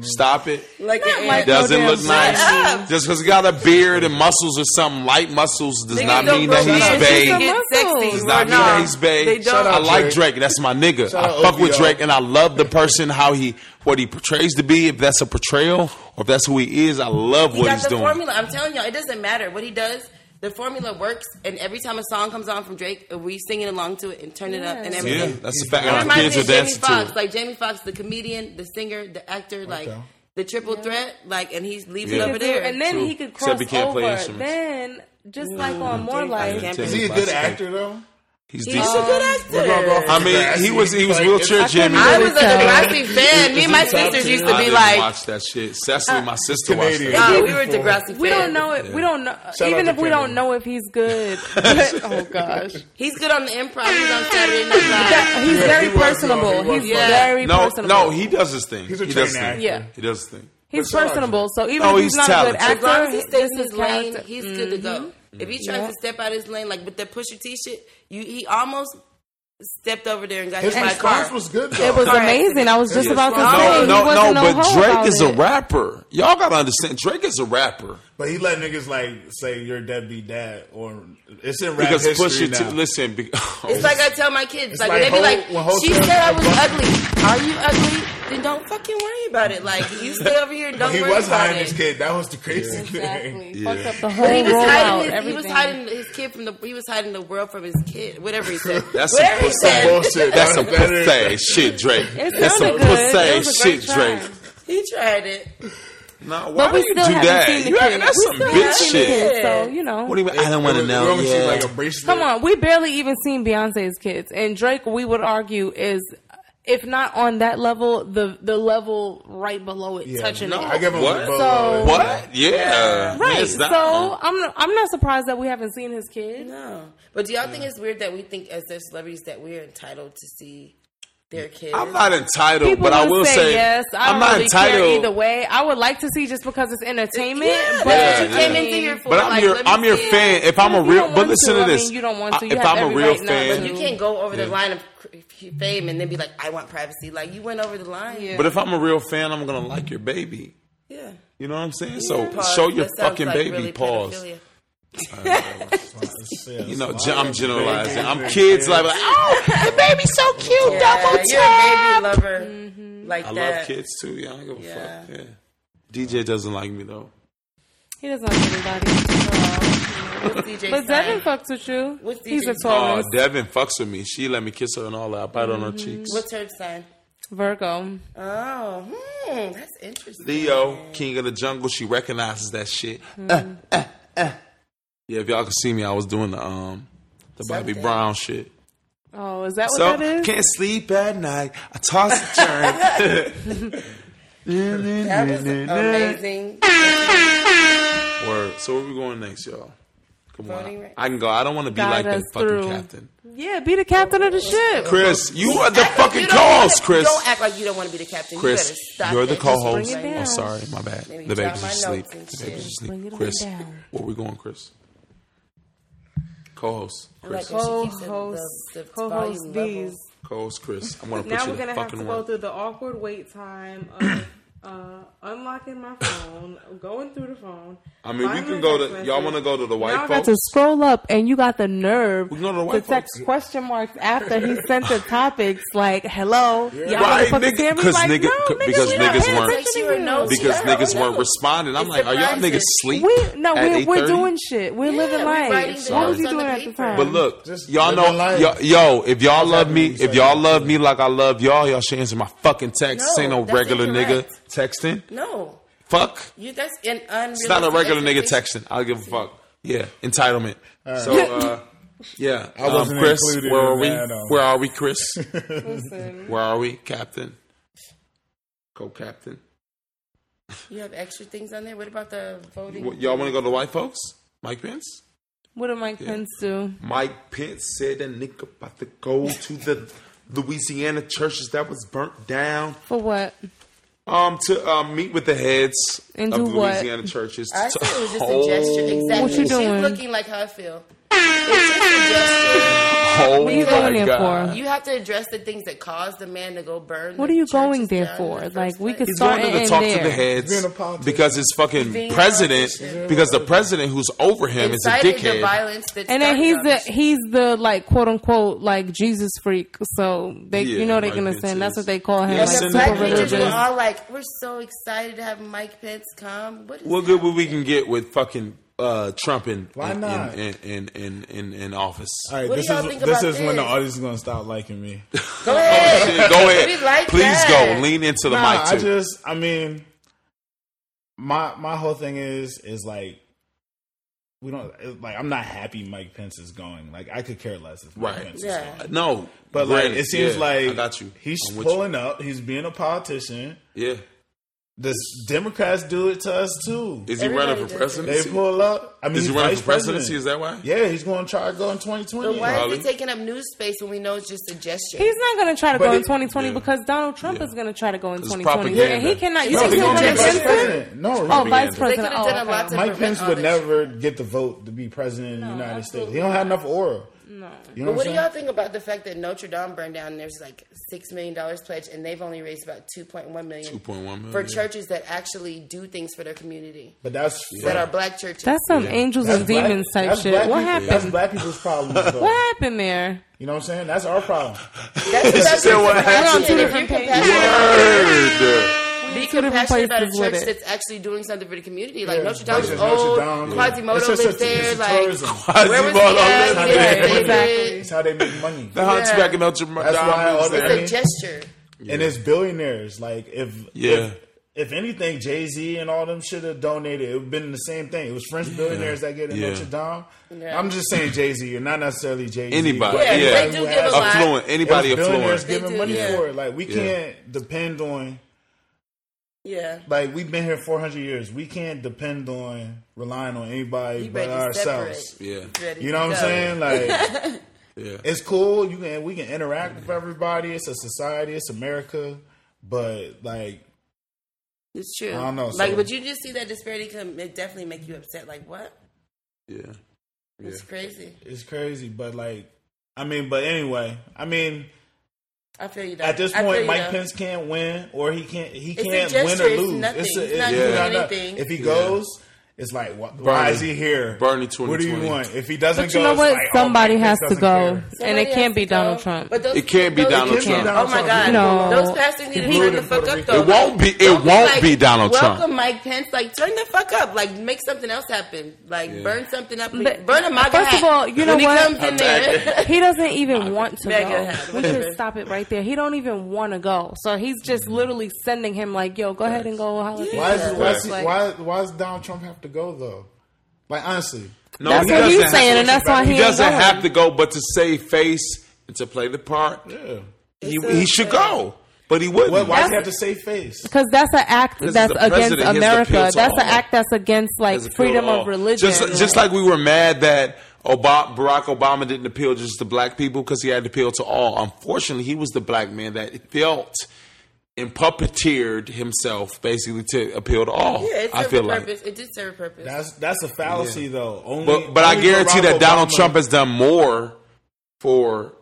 Stop it.
like an
Oh, like
ant.
no
Doesn't
damn
look
Brandy.
nice. Just because he got a beard and muscles or something, light muscles does
Niggas
not
don't
mean that
grow
he's
beards.
She's a
babe.
muscle.
Get sexy.
Does
Does not
Or
mean that he's
They
babe.
don't.
I
out
like
Drake.
Drake. That's my nigga.
Shout
I
out
fuck with
OVO.
Drake, and I love the person how he what he portrays to be. If that's a portrayal or if that's who he is, I love
He
what
got
he's
the
doing.
formula. I'm telling y'all, it doesn't matter what he does. The formula works, and every time a song comes on from Drake, we sing it along to it and turn it up and
Yes.
Yeah,
everything.
that's the fact.
It
And our
reminds
kids are
me of Jamie
dancing to
Foxx.
it.
Like Jamie Foxx, the comedian, the singer, the actor, like
Okay.
the triple threat, like, and he's leaving
Yeah.
over there.
And then
True.
he could cross
Except he can't play
over.
instruments.
Then, just like on More
Jamie Foxx
Life,
can't
Is
be-
he a good actor though?
He's
He's a
decent.
good
We're gonna
actor.
go off
I
the
mean, he
grassy.
was he was
Like,
wheelchair
I couldn't
Jimmy.
I was a
Tell.
Degrassi fan. Me and my
Is he top
sisters
ten?
used
I
to
I
be
didn't
like,
watch that shit. Cecily, my sister, watched
Canadian.
that.
oh, we were
Beautiful.
Degrassi
we
fans.
don't know it. We don't know.
Shout
even
out
if
to
we don't
Kevin.
know if he's
[laughs]
good. [laughs] But, oh gosh,
He's good on the improv. He's on Saturday Night Live.
he's
Yeah,
very
he was, though.
personable.
He was,
he's
though.
very
No,
personable.
no, he does his thing.
He's a
he
trained
does his
actor.
thing.
Yeah.
He does his thing.
He's
But shout out to
personable.
him.
So even
No,
if he's,
he's
not
talented.
a good actor,
As long as he stays
this
in
is
his Mm-hmm. lane,
character.
he's good to go. If he tries
Yeah.
to step out his lane, like with the Pusha T shit, you he almost stepped over there and got
His
hit by a
response
car.
was good though.
It was
Car
amazing. I was just
Yeah.
about to
No,
say
No,
he
no,
wasn't
no, but
hoe about
Drake is a
it.
rapper. Y'all gotta understand, Drake is a rapper.
But he let niggas like say you're deadbeat dad or it's in rap
Because
history
Pusha T,
now.
listen, be,
It's like I tell my kids,
It's
like,
like
when they be
whole- when whole
like, she
time-
said I was ugly. Are you ugly? Then don't fucking worry about it. Like you stay over here. and Don't
But he
worry
was
about
hiding
it.
his kid. That was the crazy thing.
Exactly.
[laughs]
Fucked up the whole
But he was
rollout.
hiding his, he was
everything.
hiding his kid from the he was hiding the world from his kid. Whatever he said.
That's some
whatever he
pussy
said.
bullshit.
That's some
That is-
pussy shit, Drake.
It
That's some
sounded good. It was
pussy
a great
shit,
try.
Drake.
He tried it.
Nah, why
But we
do you do
still haven't
that?
seen the
You reckon
kid.
that's
we
some
still haven't
bitch
seen the
shit.
kid, so you know.
What do you mean? I don't want to
It was-
know.
it was
Yeah.
like a bracelet.
Come on, we barely even seen Beyonce's kids, and Drake, we would argue, is if not on that level, the the level right below it,
Yeah,
touching
no,
it.
I give him
What?
a bow.
So-
what? Yeah.
right.
It's
So
not-
I'm not, I'm not surprised that we haven't seen his kid.
No. But do y'all think it's weird that we think as their celebrities that we're entitled to see their kids?
I'm not entitled,
People
but I
would
will
say,
say,
yes. I
am
don't
not
really
entitled.
care either way. I would like to see just because it's entertainment.
Yeah,
but
that's
what you
I
came
mean,
into your
But I'm
Like,
your
let me
I'm your
see.
fan. If I'm a
If you
real,
don't
but
want
listen
to,
to
I
this.
mean, you don't want to. You
if I'm
have
a
every
real
right not
fan,
to.
You can't go over the
Yeah.
line of cr- fame and then be like, I want privacy. Like you went over the line. Yeah.
but if I'm a real fan, I'm gonna like your baby. You know what I'm saying? So
Pause.
show your
That sounds
fucking
like
baby.
really
pause. [laughs]
pedophilia.
You know, gen- I'm generalizing. I'm kids like, like, oh, the baby's so cute.
Yeah,
Double
you're a baby
tap. Mm-hmm.
lover like
I
that.
love kids too. Yeah, I don't give a
Yeah.
fuck. Yeah. DJ doesn't like me though.
He doesn't like anybody.
What's DJ
But
sign?
Devin fucks with you.
What's
He's a
DJ?
Oh,
Taurus.
Devin fucks with me. She let me kiss her and all that. I bite
Mm-hmm.
on her cheeks.
What's her sign?
Virgo.
Oh, hmm, that's interesting.
Leo, King of the Jungle, she recognizes that shit. Uh,
Mm-hmm.
uh, uh. Yeah, if y'all can see me, I was doing the um the Bobby
Something.
Brown shit.
Oh, is that what
So
that is?
can't sleep at night. I toss and turn.
[laughs]
That was amazing.
[laughs] Word. So where we going next, y'all? Come
Voting
on.
right-
I can go. I don't want to be like
Guide
the
us
fucking
through.
captain.
Yeah, be the captain of the ship.
Chris, you are the
Act like
fucking
you don't wanna-
calls, Chris.
Don't act like you don't want to be the captain. you better
Chris,
stop
you're the
that. Just bring
co-host.
it
bring
I'm
it down.
sorry, my bad.
Maybe
The
drop
baby's
my
asleep.
notes and
The baby's
Bring
asleep.
it on
Chris,
down.
where we going, Chris? Co-host,
Like,
Chris.
she keeps the- the-
Co-host,
the
co-host
volume
these.
levels.
Co-host, Chris. I'm gonna put
Now
you
we're
in the
gonna have to
fucking
go
work.
through the awkward wait time of [coughs] uh, unlocking my phone, going through the phone.
I mean, we
finding
can
a
go
text
to. Y'all
message.
want to go to the white
Now I got
folks?
to scroll up, and you got the nerve
We can go to the
to
white
text
folks.
question marks after he sent the topics like, "Hello, y'all
Right,
motherfuckers
nigga,
hear me?"
'cause
Like,
nigga-
no,
c-
nigga,
because
we not
niggas
paying
weren't-
attention to
Like, you
you.
were nosy.
because
Yeah,
niggas
no.
weren't responding. I'm
It's
like, are y'all
surprising.
niggas sleep?
We no,
at
we're, we're
8:30?
doing shit. We're
Yeah, we're
living
writing
life.
the
What was
notes
you
on
doing
the
at the
paper.
time?
But look,
Just
y'all
live
know,
your life.
yo, yo, if y'all love me,
happening,
if
so
y'all
you-
love me like I love y'all, y'all should answer my fucking text.
No,
ain't no
that's
regular
incorrect.
nigga texting.
No,
Fuck.
you. That's an unrealistic.
It's not a regular nigga
expectation.
texting. I'll give a fuck. Yeah, entitlement. So,
[laughs]
uh, yeah,
I wasn't
um, Chris,
included
where
in
are we?
that, um.
Where are we,
[laughs]
Chris?
Listen,
Where are we, Captain? Co-captain.
You have extra things on there. What about the voting?
Wh- Y'all want to go to white folks? Mike Pence.
what did Mike Pence do?
Mike Pence said a nigga about to go to the Louisiana churches that was burnt down.
For what?
Um, to um, meet with the heads
And
of
do what?
Louisiana churches.
I
To-
said it was just
[laughs] Oh,
a gesture. Exactly.
What you doing?
She's looking like how I feel. It's just a gesture.
Oh
you going
my
there
God.
You have to address the things that caused the man to go burn.
What
the
are you going
churches
there
down
for?
in the first
Like, we
place.
could
He's
start
going to the
in
talk
there.
to the heads
Being a politician.
because his
Being
fucking
a
president,
politician.
because the president who's over him is a
Incited the
dickhead.
violence that
And then
started
he's
all
the
this shit.
he's the like quote unquote like Jesus freak. So they
Yeah,
you know they're
Mike
gonna
Pence
send. That's
is-
what they call him.
Yeah,
like
send
super
that
Black preachers were
religious.
all like, "We're so excited to have Mike Pence come." What is
What
that?
good would we can get with fucking uh, Trump in
Why
in,
not?
in, in, in, in, in office. [laughs]
All right,
What do
this
y'all
is
think
this
about
is when the
this?
audience is gonna stop liking me.
Go ahead.
Go ahead.
We like
Please
that.
go. Lean into the
Nah, I
mic too.
just, I mean, my my whole thing is is like we don't it- like. I'm not happy Mike Pence is going. Like I could care less if Mike
Right.
Pence is
Yeah.
going.
no,
But
granted,
like, it seems
yeah,
like
I got you.
He's
I'm with you.
pulling up. He's being a politician.
Yeah,
The Democrats do it to us too.
is he
Everybody
running for
does it.
They
presidency?
pull up. I mean,
Is he
he's
running
vice
for presidency?
president.
Is that why?
Yeah, he's going to try to go in 2020.
But why
Probably.
is he taking up news space when we know it's just a gesture?
He's not going to try to
But
go in
it-
2020
yeah.
because Donald Trump is going to try to go in
It's
2020.
propaganda.
And he cannot. You
No,
think
He's
he's
he
going to
gonna be
gonna
convince
vice
Vice
him?
president. No,
Oh, vice
Propaganda.
they
president.
could have
Oh,
done a
okay.
lot to
Mike
prevent
Pence
all
would
this.
never get the vote to be president in the United States. He don't have enough aura. No. You
But
know
what
what
do
I'm
y'all
saying?
think about the fact that Notre Dame burned down? and There's like six million dollars pledged, and they've only raised about two point one million.
2.1 million,
for
yeah.
churches that actually do things for their community
But that's
that are black churches.
That's some angels and
black-
demons type
that's
shit.
black
What
people-
happened?
That's black
[laughs]
people's problem.
What
though.
happened there?
you know what I'm saying? That's our problem.
that's, that's
Still what
compassion.
happened.
And if
We're on
you're
two different
compassionate,
Word.
be
Two different
compassionate about a
places
church
with it.
that's actually doing something for the community. Like
Yeah,
Notre Dame
it's
is
just
old.
Notre Dame. It's
Quasimodo
just
lives
a-
there.
it's a
Like
tourism.
where was
Quasimodo
he at?
lives
Yeah,
there.
David.
That's how they make money.
The hunchback and Notre
That's why all
Dame.
the-
lives there.
It's a gesture.
And it's billionaires. Like if
Yeah.
if anything, Jay Z and all them should have donated. It would have been the same thing. It was French billionaires that get in
Yeah.
Notre Dame.
Yeah.
I'm just saying Jay Z. You're not necessarily Jay Z.
Anybody,
Yeah,
yeah.
they do give a lot.
Affluent. Anybody
billionaires
affluent.
giving
They do,
money
yeah.
for it. Like we
Yeah.
can't depend on.
Yeah.
Like we've been here 400 years. We can't depend on relying on anybody
You
but
better separate.
ourselves.
Yeah.
Ready
You
to
know
go.
what I'm saying?
[laughs]
Like
Yeah.
it's cool. You can we can interact with everybody. It's a society. It's America. But like
It's true.
I don't know,
Like,
so-
would you just see that disparity come? It definitely make you upset. Like, what?
Yeah.
It's crazy.
it's crazy. But like I mean, but anyway, I mean
I feel you. Though.
at this
I feel
point,
you,
Mike
though.
Pence can't win or he can't he
a
can't win
gesture,
or
it's
lose.
nothing. He's not
it's
doing
not nothing.
anything.
If he
Yeah.
goes. It's like wh- why
Bernie-
is he here?
Bernie
What do you
2020.
want? If he doesn't
But
go,
you know
it's
what?
like, oh,
Somebody
Mike
has
Pence
to
doesn't
go,
care.
and
Somebody
it can't
has
be
to go.
Donald Trump.
But those-
It can't be
those-
Donald
It can't be
Trump.
Oh my God!
No.
Those pastors need to turn the
rooted for
fuck
the
up.
Rico.
Though
It won't be- it
Don't
won't be Donald
welcome
Trump.
Mike Pence. Like turn the fuck up. Like make something else happen. Like
Yeah.
burn something up.
But-
burn a MAGA
first of
hat.
all, you
When
know
he
what?
comes
[laughs]
in there.
[laughs]
[laughs]
He doesn't even want to
Mega
go.
hat,
We
whatever.
should stop it right there. He don't even want to go. So he's just literally sending him like, "Yo, go ahead and go." holler at your
Why
friends."
is, why, is,
Like,
why, why does Donald Trump have to go though? Like honestly,
No,
That's
he
what
doesn't
he's
have-
saying, and that's why he,
He doesn't
ain't going.
have to go, but to save face and to play the part,
yeah.
he,
It's a-
he should go. But he wouldn't.
What, why
That's-
does he have to save face?
Because that's an act
Because
that's
he's the
against
president, he has to appeal
America.
to
That's an
all.
act that's against like
Doesn't appeal
freedom
at all.
of religion.
Just, just like we were mad that Obama, Barack Obama didn't appeal just to black people because he had to appeal to all. Unfortunately, he was the black man that felt and puppeteered himself basically to appeal to all.
Yeah, it
I
served
feel
a
like.
purpose. It did serve a purpose.
That's that's a fallacy though. Only,
But but I
only
guarantee that
Barack
Donald
Obama
Trump has done more for.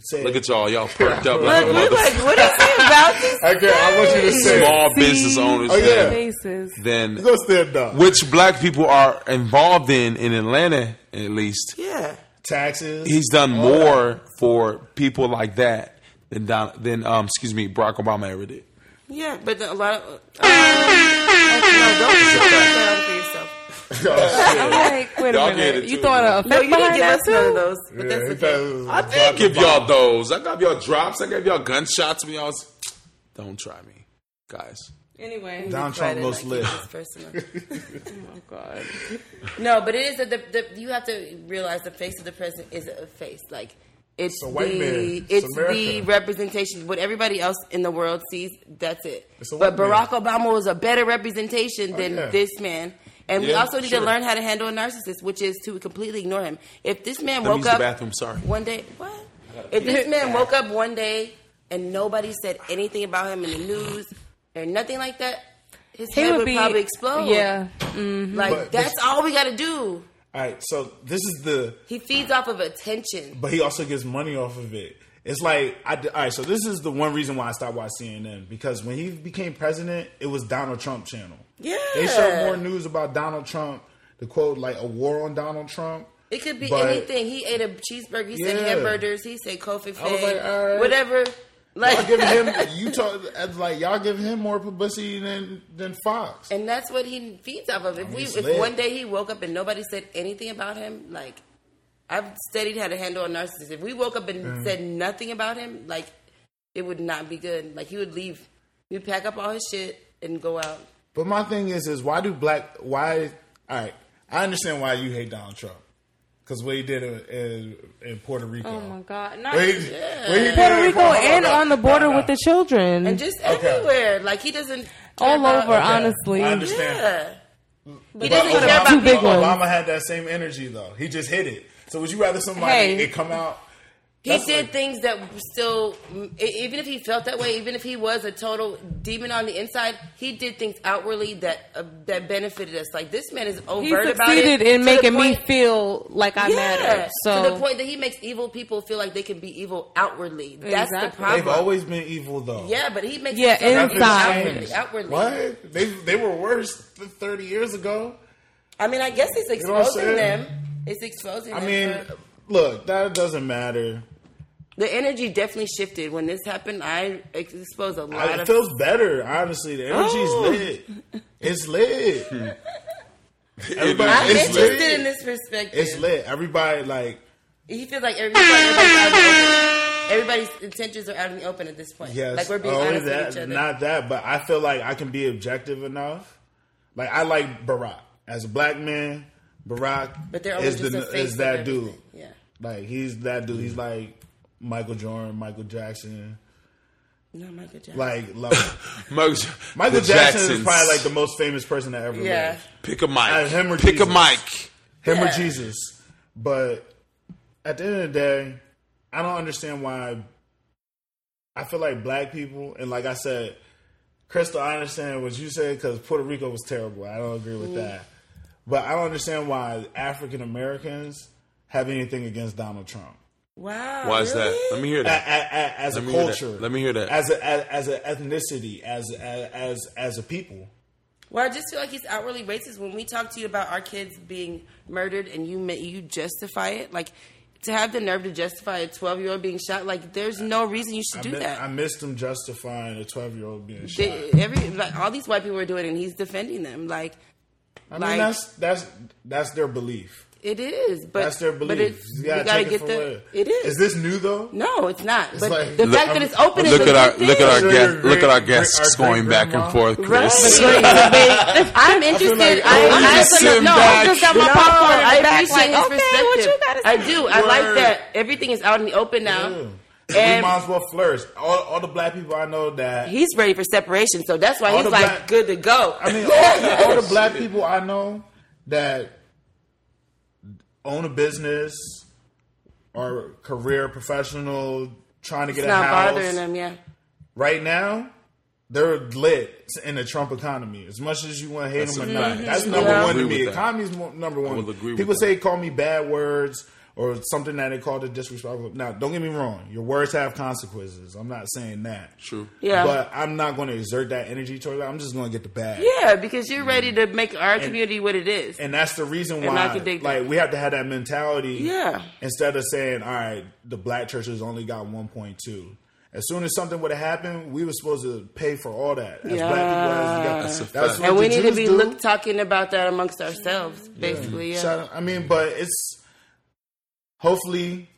said-
Look at y'all, y'all perked up like a
Like, we're
motherfucker.
like, what is he
[laughs]
about to say?
Okay, I want you to say. it.
small business owners
Oh, yeah.
faces.
than
Go stand up.
which black people are involved in in Atlanta at least.
Yeah.
Taxes.
He's done
all that.
more for people like that than Don, than um excuse me Barack Obama ever did.
Yeah, but a
[laughs]
lot of. Uh, no, don't put that down for yourself.
I'm like, wait a
Y'all get
minute.
it,
You
too.
throwing an effect
[laughs]
No, you didn't
behind
give
that
us none of
too?
those. But
Yeah, he
that's
thought
okay.
it was
I
Barack
did give
Obama.
y'all those. I gave y'all drops. I gave y'all gunshots. When y'all was, don't try me, guys.
Anyway,
Donald
Try
Trump
to,
most
like, keep
lit.
this personal.
[laughs]
oh god.
No, but it is that the, the you have to realize the face of the president is a face. Like it's
a white
the
man.
it's
It's
the
America.
representation. What everybody else in the world sees, that's it.
It's a
But
white man. Oh,
Barack Obama was a better representation than
yeah.
this man. And we
Yeah,
also need
sure.
to learn how to handle a narcissist, which is to completely ignore him. If this
Let
man
me
woke
use the
up
bathroom, sorry.
one day, what? If this man woke up one day and nobody said anything about him in the news or nothing like that, his
He
head
would
would
be
probably explode.
Yeah, Oh
like
But-
that's all we got to do.
All right, so this is the
He feeds off of attention.
but he also gets money off of it. It's like I d- all right. So this is the one reason why I stopped watching CNN because when he became president, it was Donald Trump channel.
Yeah.
they showed more news about Donald Trump. The quote like a war on Donald Trump.
It could be
but-
anything. He ate a cheeseburger. He said
Yeah.
hamburgers. He said Kofi
I was
Fade,
like, all right.
whatever. Like,
Y'all giving him
[laughs]
you talk as like y'all giving him more publicity than than Fox.
and that's what he feeds off of. If we,
he's
if
lit.
one day he woke up and nobody said anything about him, like I've studied how to handle a narcissist. If we woke up and
Mm.
said nothing about him, like it would not be good. Like he would leave, he'd pack up all his shit and go out.
But my thing is, is why do black? Why? All right, I understand why you hate Donald Trump because what he did in, in, in Puerto Rico.
Oh my God! Not
What he- what he did
Puerto
in
Rico
Puerto
and on the border
No, no.
with the children,
and just uh, everywhere. Like he doesn't care
all
about-
over.
Yeah,
Honestly,
I understand.
Yeah. He
But
doesn't care about
Two big
people.
ones.
Obama had that same energy though. He just hit it. So would you rather somebody
Hey.
it come out?
He
That's
did
like-
things that still, e- even if he felt that way, even if he was a total demon on the inside, he did things outwardly that uh, that benefited us. Like this man is overt
he
about it.
succeeded in
to
making
the
me
point-
feel like I
Yeah,
matter. So
to the point that he makes evil people feel like they can be evil outwardly. That's the
Exactly.
problem.
They've always been evil though.
yeah, but he makes
Yeah,
it sound like it's
inside.
outwardly. outwardly.
What? They they were worse th- thirty years ago.
I mean, I guess it's
know what I'm
exposing
saying?
them. It's exposing.
I
them
mean,
for-
look, that doesn't matter.
the energy definitely shifted when this happened. I exposed a lot
I, it
of
feels better, honestly. The energy's
Oh.
lit. It's lit. Everybody,
I'm
it's
interested
lit.
in this perspective.
It's lit. Everybody like,
He feels like everybody, everybody's, out in the open. everybody's intentions are out in the open at this point.
yes,
like we're being
only
honest
that,
with each other.
not that, but I feel like I can be objective enough. Like I like Barack as a black man. Barack
but they're always
is
just
the
a face
is
of
that
everything.
dude.
Yeah,
Like he's that dude. He's like Michael Jordan, Michael Jackson.
no, Michael Jackson.
[laughs]
Like, like
Michael,
Michael
the
Jackson
Jacksons.
is probably like the most famous person that ever
yeah,
lived.
pick a
Uh,
mic,
him or
pick a
Jesus.
mic.
him or
Yeah.
Jesus. But at the end of the day, I don't understand why. I feel like black people, and like I said, Crystal, I understand what you said because Puerto Rico was terrible. I don't agree
Mm-hmm.
with that, but I don't understand why African Americans have anything against Donald Trump
wow.
Why is that?
Oh, really?
Let me hear
A- a-
that.
a- as
Let
a
me hear that.
culture.
Let me hear that.
As a as, as an ethnicity, as as as as a people.
Well, I just feel like he's outwardly racist. When we talk to you about our kids being murdered and you ma- you justify it, like to have the nerve to justify a twelve year old being shot, like there's no reason you should
I,
do
mi-
that.
I missed them justifying a twelve year old being shot.
They- every like all these white people are doing, it, and he's defending them. Like
I mean,
like-
that's that's that's their belief.
it is, but
That's their
But it,
belief. you
you
gotta,
gotta,
take it
get
for
the.
what
It is.
Is this new though?
No, it's not. but
like-
the
Look,
fact
I'm-
that it's open is
Look
a
at our
good
look at our
Sure,
guest
your
look at our
great-
guests
great- our
going back and forth.
great-grandma.
Right.
Chris.
[laughs] I'm interested. I,
like-
I,
You just
no,
sit
no,
back.
I just got
No,
my popcorn.
I
I
appreciate
appreciate
his
his perspective.
perspective.
I do. I like
Word.
that. Everything is out in the open now.
Yeah. we
And-
might as well flourish. All, all the black people I know that
He's ready for separation, so that's why
All
he's
the
like
black-
good to go.
I
[laughs]
mean, all, all the black people I know that own a business, are career professional, trying to get
it's
a
not
house.
bothering him. Yeah,
Right now, they're lit in the Trump economy. As much as you want to hate
That's
them or
a
not,
Mm-hmm.
fact.
that's
Mhm.
number
I
one to
agree
me.
with that.
Economy's mo- number one.
will agree with
People
that.
say call me bad words or something that they called it disrespectful. Now, don't get me wrong. Your words have consequences. I'm not saying that.
True.
yeah,
But I'm not going to exert that energy toward that. I'm just going to get the bag.
yeah. Because you're ready to make our community what it is.
And that's the reason
And
why,
I can dig that.
like, we have to have that mentality.
Yeah.
Instead of saying, "All right, the black churches only got 1.2." As soon as something would have happened, we were supposed to pay for all that. As
Yeah.
black people,
That's
as
a
that's,
fact.
what
and we
the
need to
Jews
be
do.
look, talking about that amongst ourselves, basically. Yeah.
Shout out- I mean, but it's hopefully,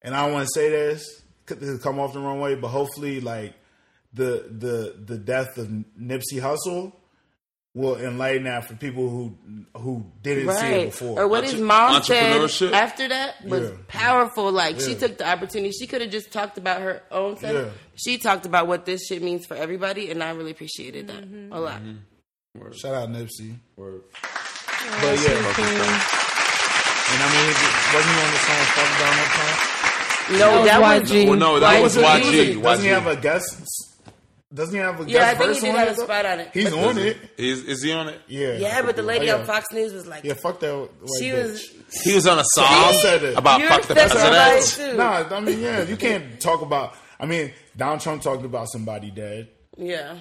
and I don't want to say this to come off the wrong way, but hopefully, like the the the death of Nipsey Hussle will enlighten that for people who who didn't see it
Right.
before.
Or what his mom
entrepreneurship?
said after that was
Yeah.
powerful. Like she
Yeah.
took the opportunity. She could have just talked about her own stuff.
Yeah.
She talked about what this shit means for everybody, and I really appreciated that a lot.
Mm-hmm. Shout out Nipsey.
Word.
But yeah, and I mean, wasn't he on the song "Fuck Donald Trump"?
No,
That
that
was
was
YG.
Well, no, that
Why
was
is it
YG.
music?
Doesn't he have
YG.
a guest? Doesn't he have a guest
Yeah, I think
verse
he did
on
have
it,
a
though?
spot on it.
He's
But-
on it.
Is is he on it?
Yeah.
yeah, but the lady
yeah.
on Fox News was like,
Yeah, fuck that. white
she
bitch.
was.
He was on a
I
song
said it.
about
You're
fuck the
offended by
president.
it, too.
Oh. Nah, I mean, yeah,
[laughs]
you can't talk about. I mean, Donald Trump talking about somebody dead.
Yeah,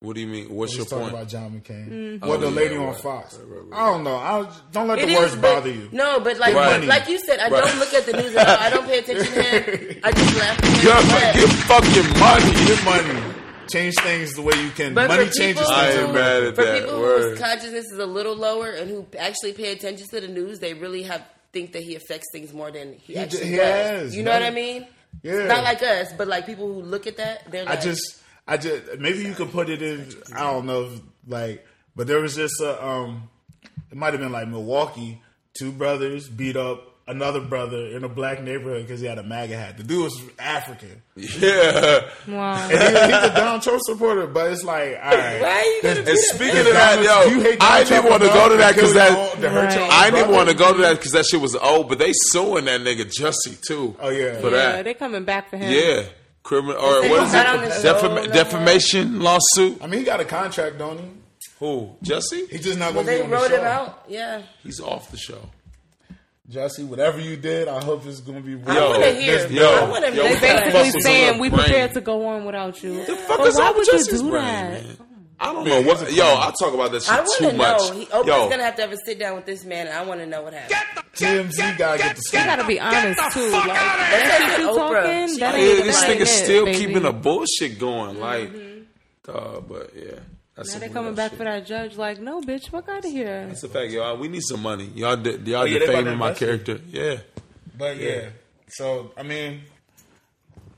What do you mean? What's your
Let's talk
point?
about John McCain.
Oh,
Or the
yeah,
lady on
right,
Fox.
right, right, right.
I don't know. I was, don't let
Mm-hmm. It
the
is,
words
but-
bother you.
No, but like
Right.
like you said, I
Right.
don't look at the news at all. I don't pay attention to him. I just laugh.
[laughs]
at him.
Yeah,
But-
get fucking money.
Get money. Change things the way you can.
But
money
for
changes
people
I
things.
ain't mad at
For
that.
people
Word.
whose consciousness is a little lower and who actually pay attention to the news, they really have think that he affects things more than he,
d-
actually
he
does.
has,
you know
no.
what I mean?
Yeah.
Not like us, but like people who look at that, they're
I
like,
just, I just, maybe you could put it in, I don't know, if, like, but there was this, uh, um, it might have been like Milwaukee. Two brothers beat up another brother in a black neighborhood because he had a MAGA hat. The dude was African.
Yeah.
Wow.
And he, he's a Donald Trump supporter, but it's like,
[laughs]
all right.
Why you gonna
And
be-
speaking of that, yo, I didn't want to go to that because that. I didn't want to go to that because that shit was old, but they suing that nigga Jussie too.
Oh, yeah.
for
Yeah,
that.
they coming back for him.
Yeah, criminal or
They
what
don't
is
got on the
it?
show
Defam-
no more.
defamation lawsuit.
I mean, he got a contract, don't he?
Who Jussie?
He's just not
well,
going to
they
be on
wrote
the
him
show.
out. Yeah.
He's off the show.
Jesse, whatever you did, I hope it's going to be.
I
Yo,
want to hear.
this- yo,
I want to
yo, we
They
gotta
basically
muscle to
saying
the
we
brain.
prepared to go on without you.
The fuck
But
is
why
up
would
with
you
Jussie's
do
brain,
that?
man? I don't know what. Yo, I talk about that shit
I want
too
to
much.
know. He, Oprah's
yo,
gonna have to have a sit down with this man, and I want to know what happened.
TMZ gotta get the
You gotta be honest too. Like, that shit you
Oprah.
talking, that
Yeah,
ain't
yeah, this
that ain't
nigga's
it,
still
baby.
keeping the bullshit going. Like, uh, but yeah, that's
Now
some
they
weird
coming
ass
back
shit.
for that judge. Like, no, bitch, fuck out of here.
That's a fact, y'all. We need some money. Y'all, de- y'all
Oh, yeah, they about to
defaming my
invest it.
character. Yeah.
But yeah.
Yeah.
so I mean,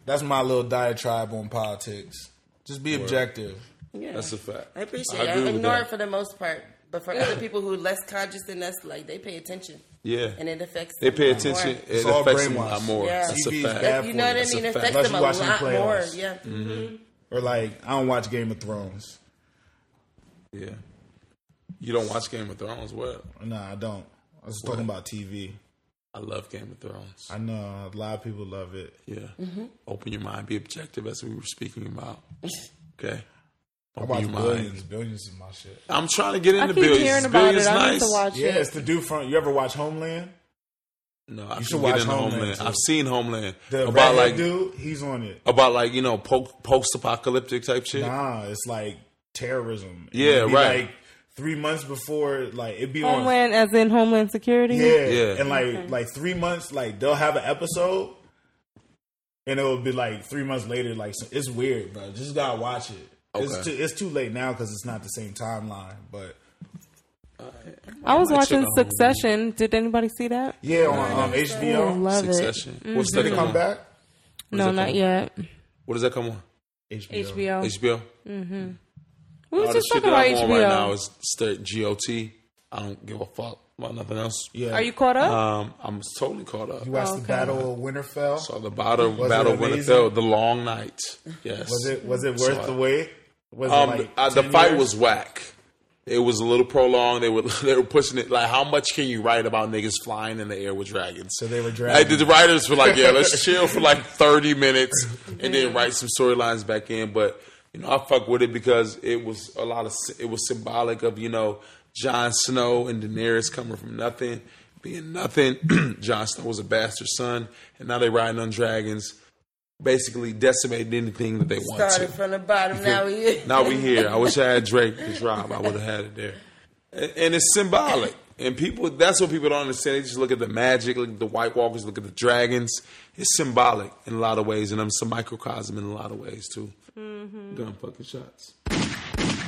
that's my little diatribe on politics. Just be objective.
Yeah.
that's a fact.
I appreciate
I
it. I
agree with
ignore
that.
it for the most part, but for other people who are less conscious than us, like they pay attention,
Yeah,
and it affects.
they
them
pay
more.
attention. It
It's all
affects them a
brainwashed.
lot more.
Yeah.
That's
TV
a
is
fact.
bad
You know what I
That's
a
mean? It
fact.
affects
Unless
them
you
a
watch them
lot
play
more.
us.
Yeah.
Mm-hmm.
Or like, I don't watch Game of Thrones.
Yeah, you don't watch Game of Thrones? Well,
Nah, I don't. I was talking about TV.
I love Game of Thrones.
I know a lot of people love it.
Yeah,
Mm-hmm.
open your mind. Be objective, as we were speaking
[laughs]
about. Okay,
I
open
watch
your
billions,
mind.
billions of my shit.
I'm trying to get
I
into
keep
billions.
hearing about
billions
it. I need
nice.
to watch
Yeah,
it.
it's the dude from. You ever watch Homeland?
No, I
You should
should
watch
get into
Homeland,
Homeland.
too.
I've seen Homeland
The
about like
dude, he's on it.
about like you know post apocalyptic type shit.
Nah, it's like terrorism. And
Yeah,
it'd be
right.
Like three months before, like it'd be on
Homeland, as in Homeland Security.
Yeah.
Yeah.
And like like three months, like they'll have an episode and it'll be like three months later, like so- it's weird, bro. Just gotta watch it. It's
Okay.
too it's too late now because it's not the same timeline. But
I was
might
watching
check out
Succession. Did anybody see that?
yeah, on um,
Oh,
HBO.
love
Succession.
it. Mm-hmm.
What's
Did
that
it
come
come
on?
back?
No,
that
not
called?
yet.
What does that come on?
HBO.
HBO.
We were
All the
just
shit
talking
that
about
I'm on right
HBO.
now is straight GOT. I don't give a fuck about nothing else.
Yeah.
Are you caught up?
Um, I'm totally caught up.
You watched
okay.
the Battle of Winterfell?
Saw the battle,
Was it
battle of
amazing?
Winterfell, the long night. Yes.
was it was it
Saw
worth the
it.
wait? Was
Um,
it like
uh, the
10
fight
years?
was whack. It was a little prolonged. They were [laughs] they were pushing it like, how much can you write about niggas flying in the air with dragons?
So they were
Like,
dragging.
the writers were like, yeah,
[laughs]
let's chill for like thirty minutes and then write some storylines back in. But you know, I fuck with it because it was a lot of it was symbolic of you know Jon Snow and Daenerys coming from nothing, being nothing. [clears throat] Jon Snow was a bastard son, and now they riding on dragons, basically decimating anything that they want to.
Started from the bottom. Now we here. [laughs]
Now we here. I wish I had Drake to drop. I would have had it there. And, and it's symbolic. And people, that's what people don't understand. They just look at the magic, look at the White Walkers, look at the dragons. It's symbolic in a lot of ways, and I'm some microcosm in a lot of ways too.
Mm-hmm.
Gun fucking shots.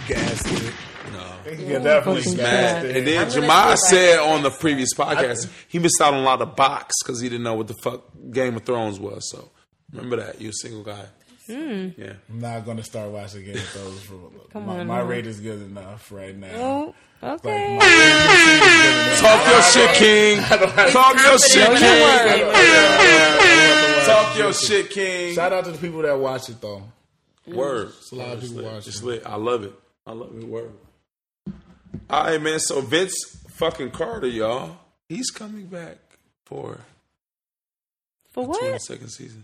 gassed it.
No.
Yeah, definitely
fucking
gassed
God.
it.
And then
gonna
Jamai
go
said
back.
on the previous podcast he missed out on a lot of box because he didn't know what the fuck Game of Thrones was. So remember that you're a single guy.
Hmm.
Yeah.
I'm not gonna start watching Game of Thrones for
Come
my,
on
my
now.
rate is good enough right now.
Oh,
Like,
okay.
my rate is good enough.
Talk your shit, King. Talk your shit,
confident in
King.
his
Yeah, yeah, yeah.
Talk your shit, King.
Shout out to the people that watch it though.
Word. It's
a lot of people watching.
It's lit. I love it. I love it. Word. All right, man. So Vince fucking Carter, y'all. He's coming back for
For
the
what?
second season.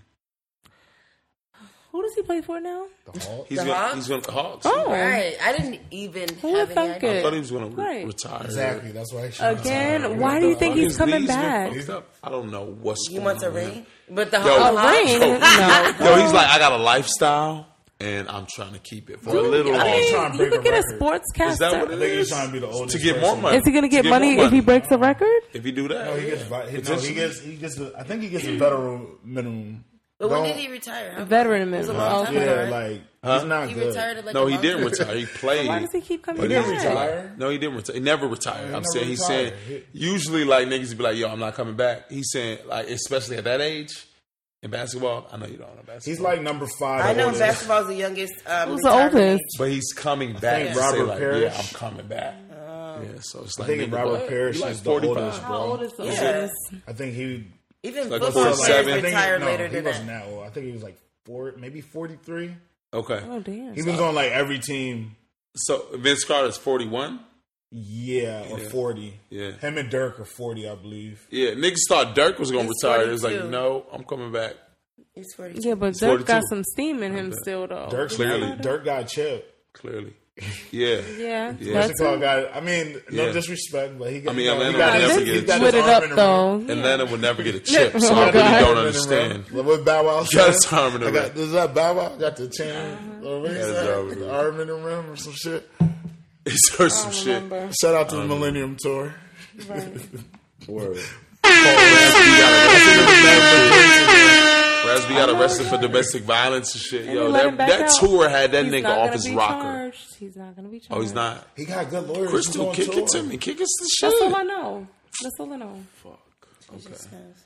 Who does he play for now?
The Hulk.
He's
The
gonna.
Hawks?
He's gonna. The Hawks.
Oh,
Right. I didn't even
Who
have
the
any
fuck
idea.
I
is-
thought he was gonna re-
Right.
retire.
Exactly. That's why. she retired.
Again, why do you think
His
he's coming
knee's been
back?
fucked up. I don't know what's
You
going
want a
on with him.
ring? But the
[laughs]
Yo.
whole
A ring? No.
Yo, he's like, I got a lifestyle. and I'm trying to keep it for a
Dude,
little
I
long
mean,
time.
trying to
you
break
could
a
get a
record.
sportscaster.
Is that what it
think he's
is?
trying to be the oldest
to get
person.
more money.
Is he gonna
To
get
more
money, if he breaks a record?
If he do that,
No, he gets. vi- He, no,
just-
he gets. He gets. The, I think he gets the federal minimum.
But when
Don't-
did he retire? Huh?
Veteran
It was a
minimum.
long time
Okay.
Yeah,
ago, right?
like he's not
he
good.
retired at like
no,
a
he
long
didn't
time.
retire. He played.
Why does he keep coming
But
back?
didn't retire.
No, he didn't retire. He never retired.
he
I'm
never
saying he's saying
retired.
usually like niggas be like, yo, I'm not coming back. He's saying like especially at that age in basketball. I know you don't know basketball.
He's like number five.
I know
oldest.
basketball's the youngest. Um,
Who's the
retirement
oldest?
age.
but he's coming back.
think
to say,
Robert
like,
Parrish- Uh,
Yeah, I'm coming back. yeah, so it's
I
like
think
nigga,
Robert
what?
Parrish
You like
is the
45.
oldest,
How old
bro.
is the
Yeah.
oldest?
I think he.
Even
Like
football
before
players
seven.
I think he-
retire
no,
later
He
than
wasn't
that.
that old. I think he was like four, maybe forty-three.
Oh
Okay,
damn.
He was on like every team.
so Vince Carter's 41.
Yeah, or
Yeah.
forty.
Yeah.
him and Dirk are forty, I believe.
Yeah, niggas thought Dirk was gonna
He's
retire. It was like,
42.
no, I'm coming back.
He's 42.
Yeah, but
He's
Dirk got
42.
some steam in him still though.
Dirk
Clearly.
Dirk got chipped. [laughs]
Clearly, yeah.
Yeah.
Yeah.
that's
Mexico got. I mean, no
Yeah.
disrespect, but he got.
I mean,
you know,
Atlanta
he got
would
his-
never
he
get
got
Split
his
it
arm
up
in the
though.
room.
Atlanta would never
[laughs]
get a chip, so
Oh,
I really
God.
don't
Arm in the
understand. [laughs]
[laughs] room. With Bow Wow,
got his arm in the
I got-
room.
Does that Bow Wow got the chain? or what he
his
said?
arm in the
The
room.
arm in the rim or some shit.
It's heard some shit.
remember.
Shout out to the Millennium Tour.
Word. Raspy got arrested
Oh
for domestic violence and shit.
they
Yo,
let him
that,
back
that
out.
tour had that
He's
nigga
not
off
gonna
his
be
rocker.
Charged. He's not gonna be charged.
Oh, he's not.
He got good lawyers. He's
Crystal,
on
kick
tour.
it to me. Kick us the
That's all
shit.
I know. That's all I know.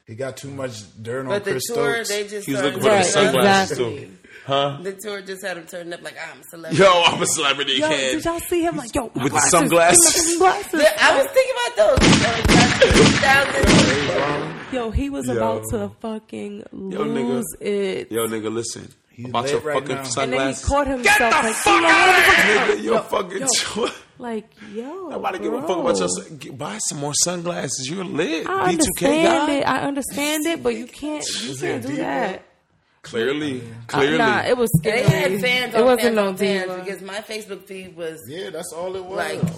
He got too much dirt on
But the
Chris
tour,
Stokes.
they just
He's
started
looking for the
Right,
sunglasses
exactly.
too. Huh?
The tour just had him turned up like "Ah, I'm a celebrity.
Yo, I'm a celebrity
Yo,
kid.
did y'all see him like yo my
With the
glasses,
sunglasses.
give me my fucking
Yeah,
glasses.
I was thinking about those.
[laughs]
Uh, 2000.
Yo, he was
Yo.
about to fucking
nigga.
lose it.
Yo, nigga, listen.
He's
About
lit
your
right
fucking
and
now.
then he
sunglasses.
caught himself like, "Yo, [laughs]
Nigga, your fucking.
like yo.
Nobody
bro.
give a fuck about your. sun- get- Buy some more sunglasses. You're lit. B2K
I understand
guy.
it. I understand it, but you can't. You
there
can't
a
do
diva?
that.
Clearly, clearly.
Uh, Nah, it was scary.
They had fans.
It
on
wasn't
fans
no
on fans
diva.
because my Facebook feed was
yeah, that's all it was.
like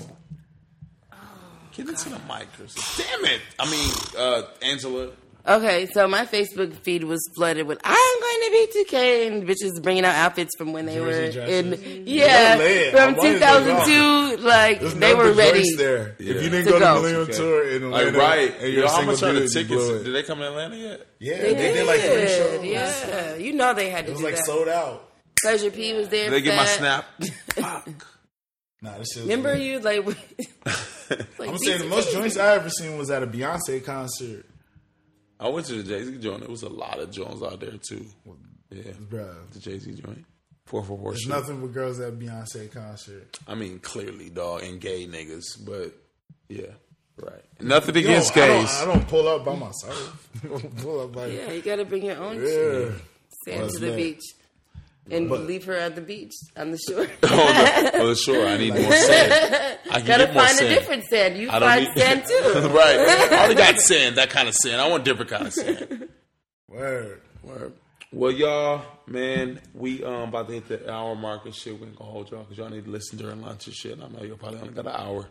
Get into the mic, Chris. Damn it. I mean, uh, Angela.
Okay, so my Facebook feed was flooded with "I'm going to be 2K" and bitches bringing out outfits from when they were
Jersey dresses. Mm-hmm.
in, yeah,
They're lit. I
from
wanted
2002. Like
There's
they were
nothing
ready.
choice There.
Yeah.
If you didn't
To
go to
go.
Millennium
Okay.
Tour in Atlanta,
Like, right.
and
Yo,
you're
how much
single
are the
dude, you
tickets?
blew it.
Did they come to Atlanta yet?
Yeah, they, did like three
Yeah,
shows.
yeah, you know they had to
It was
do
like
that.
sold out.
Pleasure P was there.
Did they
for
get my
that.
snap?
[laughs]
Fuck.
Nah, this shit. was
Remember
lit.
you like? [laughs] like
I'm saying the most joints I ever seen was at a Beyonce concert,
I went to the Jay Z joint. There was a lot of joints out there, too. Yeah.
bruh.
The Jay Z joint. 444
There's
shit.
nothing but girls at Beyonce concert.
I mean, clearly, dog, and gay niggas, but yeah, right. Nothing against
I don't,
gays. [laughs]
I don't pull up by myself. [laughs] I don't pull up by
Yeah, you got to bring your own shit.
yeah.
sand
That's
to the
lit.
beach and
But-
leave her at the beach on the shore.
oh, no. oh, sure. I need more sand. I can
Gotta
get more
find
sand.
a different sand. You
I don't
find
need [laughs]
sand too.
right. I only got sand. That kind of sand. I want different kind of sand.
Word.
Word. Well, y'all, man, we um about to hit the hour mark and shit. We ain't gonna hold y'all because y'all need to listen during lunch and shit. And I know y'all probably only got an hour.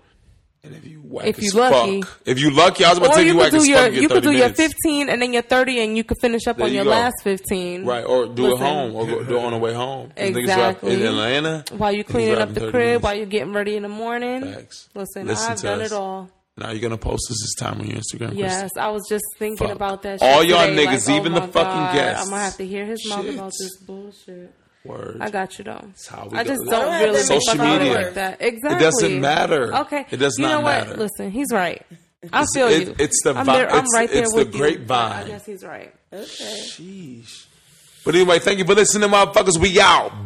And if you whack
If
as
you lucky.
fuck, if you lucky, I was about to
Or
tell
you
you
could
whack
do
as
your
fuck. You
you could do your
minutes.
15 and then your 30 and you could finish up
There
on
you
your
go.
last 15.
Right, or do it
Listen.
home, or go, do it on the way home. These niggas rap
Exactly.
in Atlanta
While you
niggas
cleaning
rap
up
in
the
30
crib,
minutes.
while you're getting ready in the morning.
Facts.
Mm-hmm. Listen,
Listen
I've
to
done
us.
it all.
Now you're gonna post this this time on your Instagram.
Yes, I was just thinking
Fuck.
about that. Shit
All y'all
today,
niggas,
like, oh
even
my
the fucking
God,
guests.
I'm gonna have to hear his mouth
Shit.
about this bullshit.
Word.
I got you though.
how we
I
do
just
it.
don't
Don't
really
have them
think
Social
about
media.
it like that. Exactly.
matter.
Okay.
It does
you
not
know what?
matter.
Listen, he's right. I feel
it-
you.
it's the
I'm,
vi-
there, I'm
it's-
right there
it's the
with you.
grapevine.
I guess he's right.
Sheesh. But anyway, thank you for listening, motherfuckers. We out.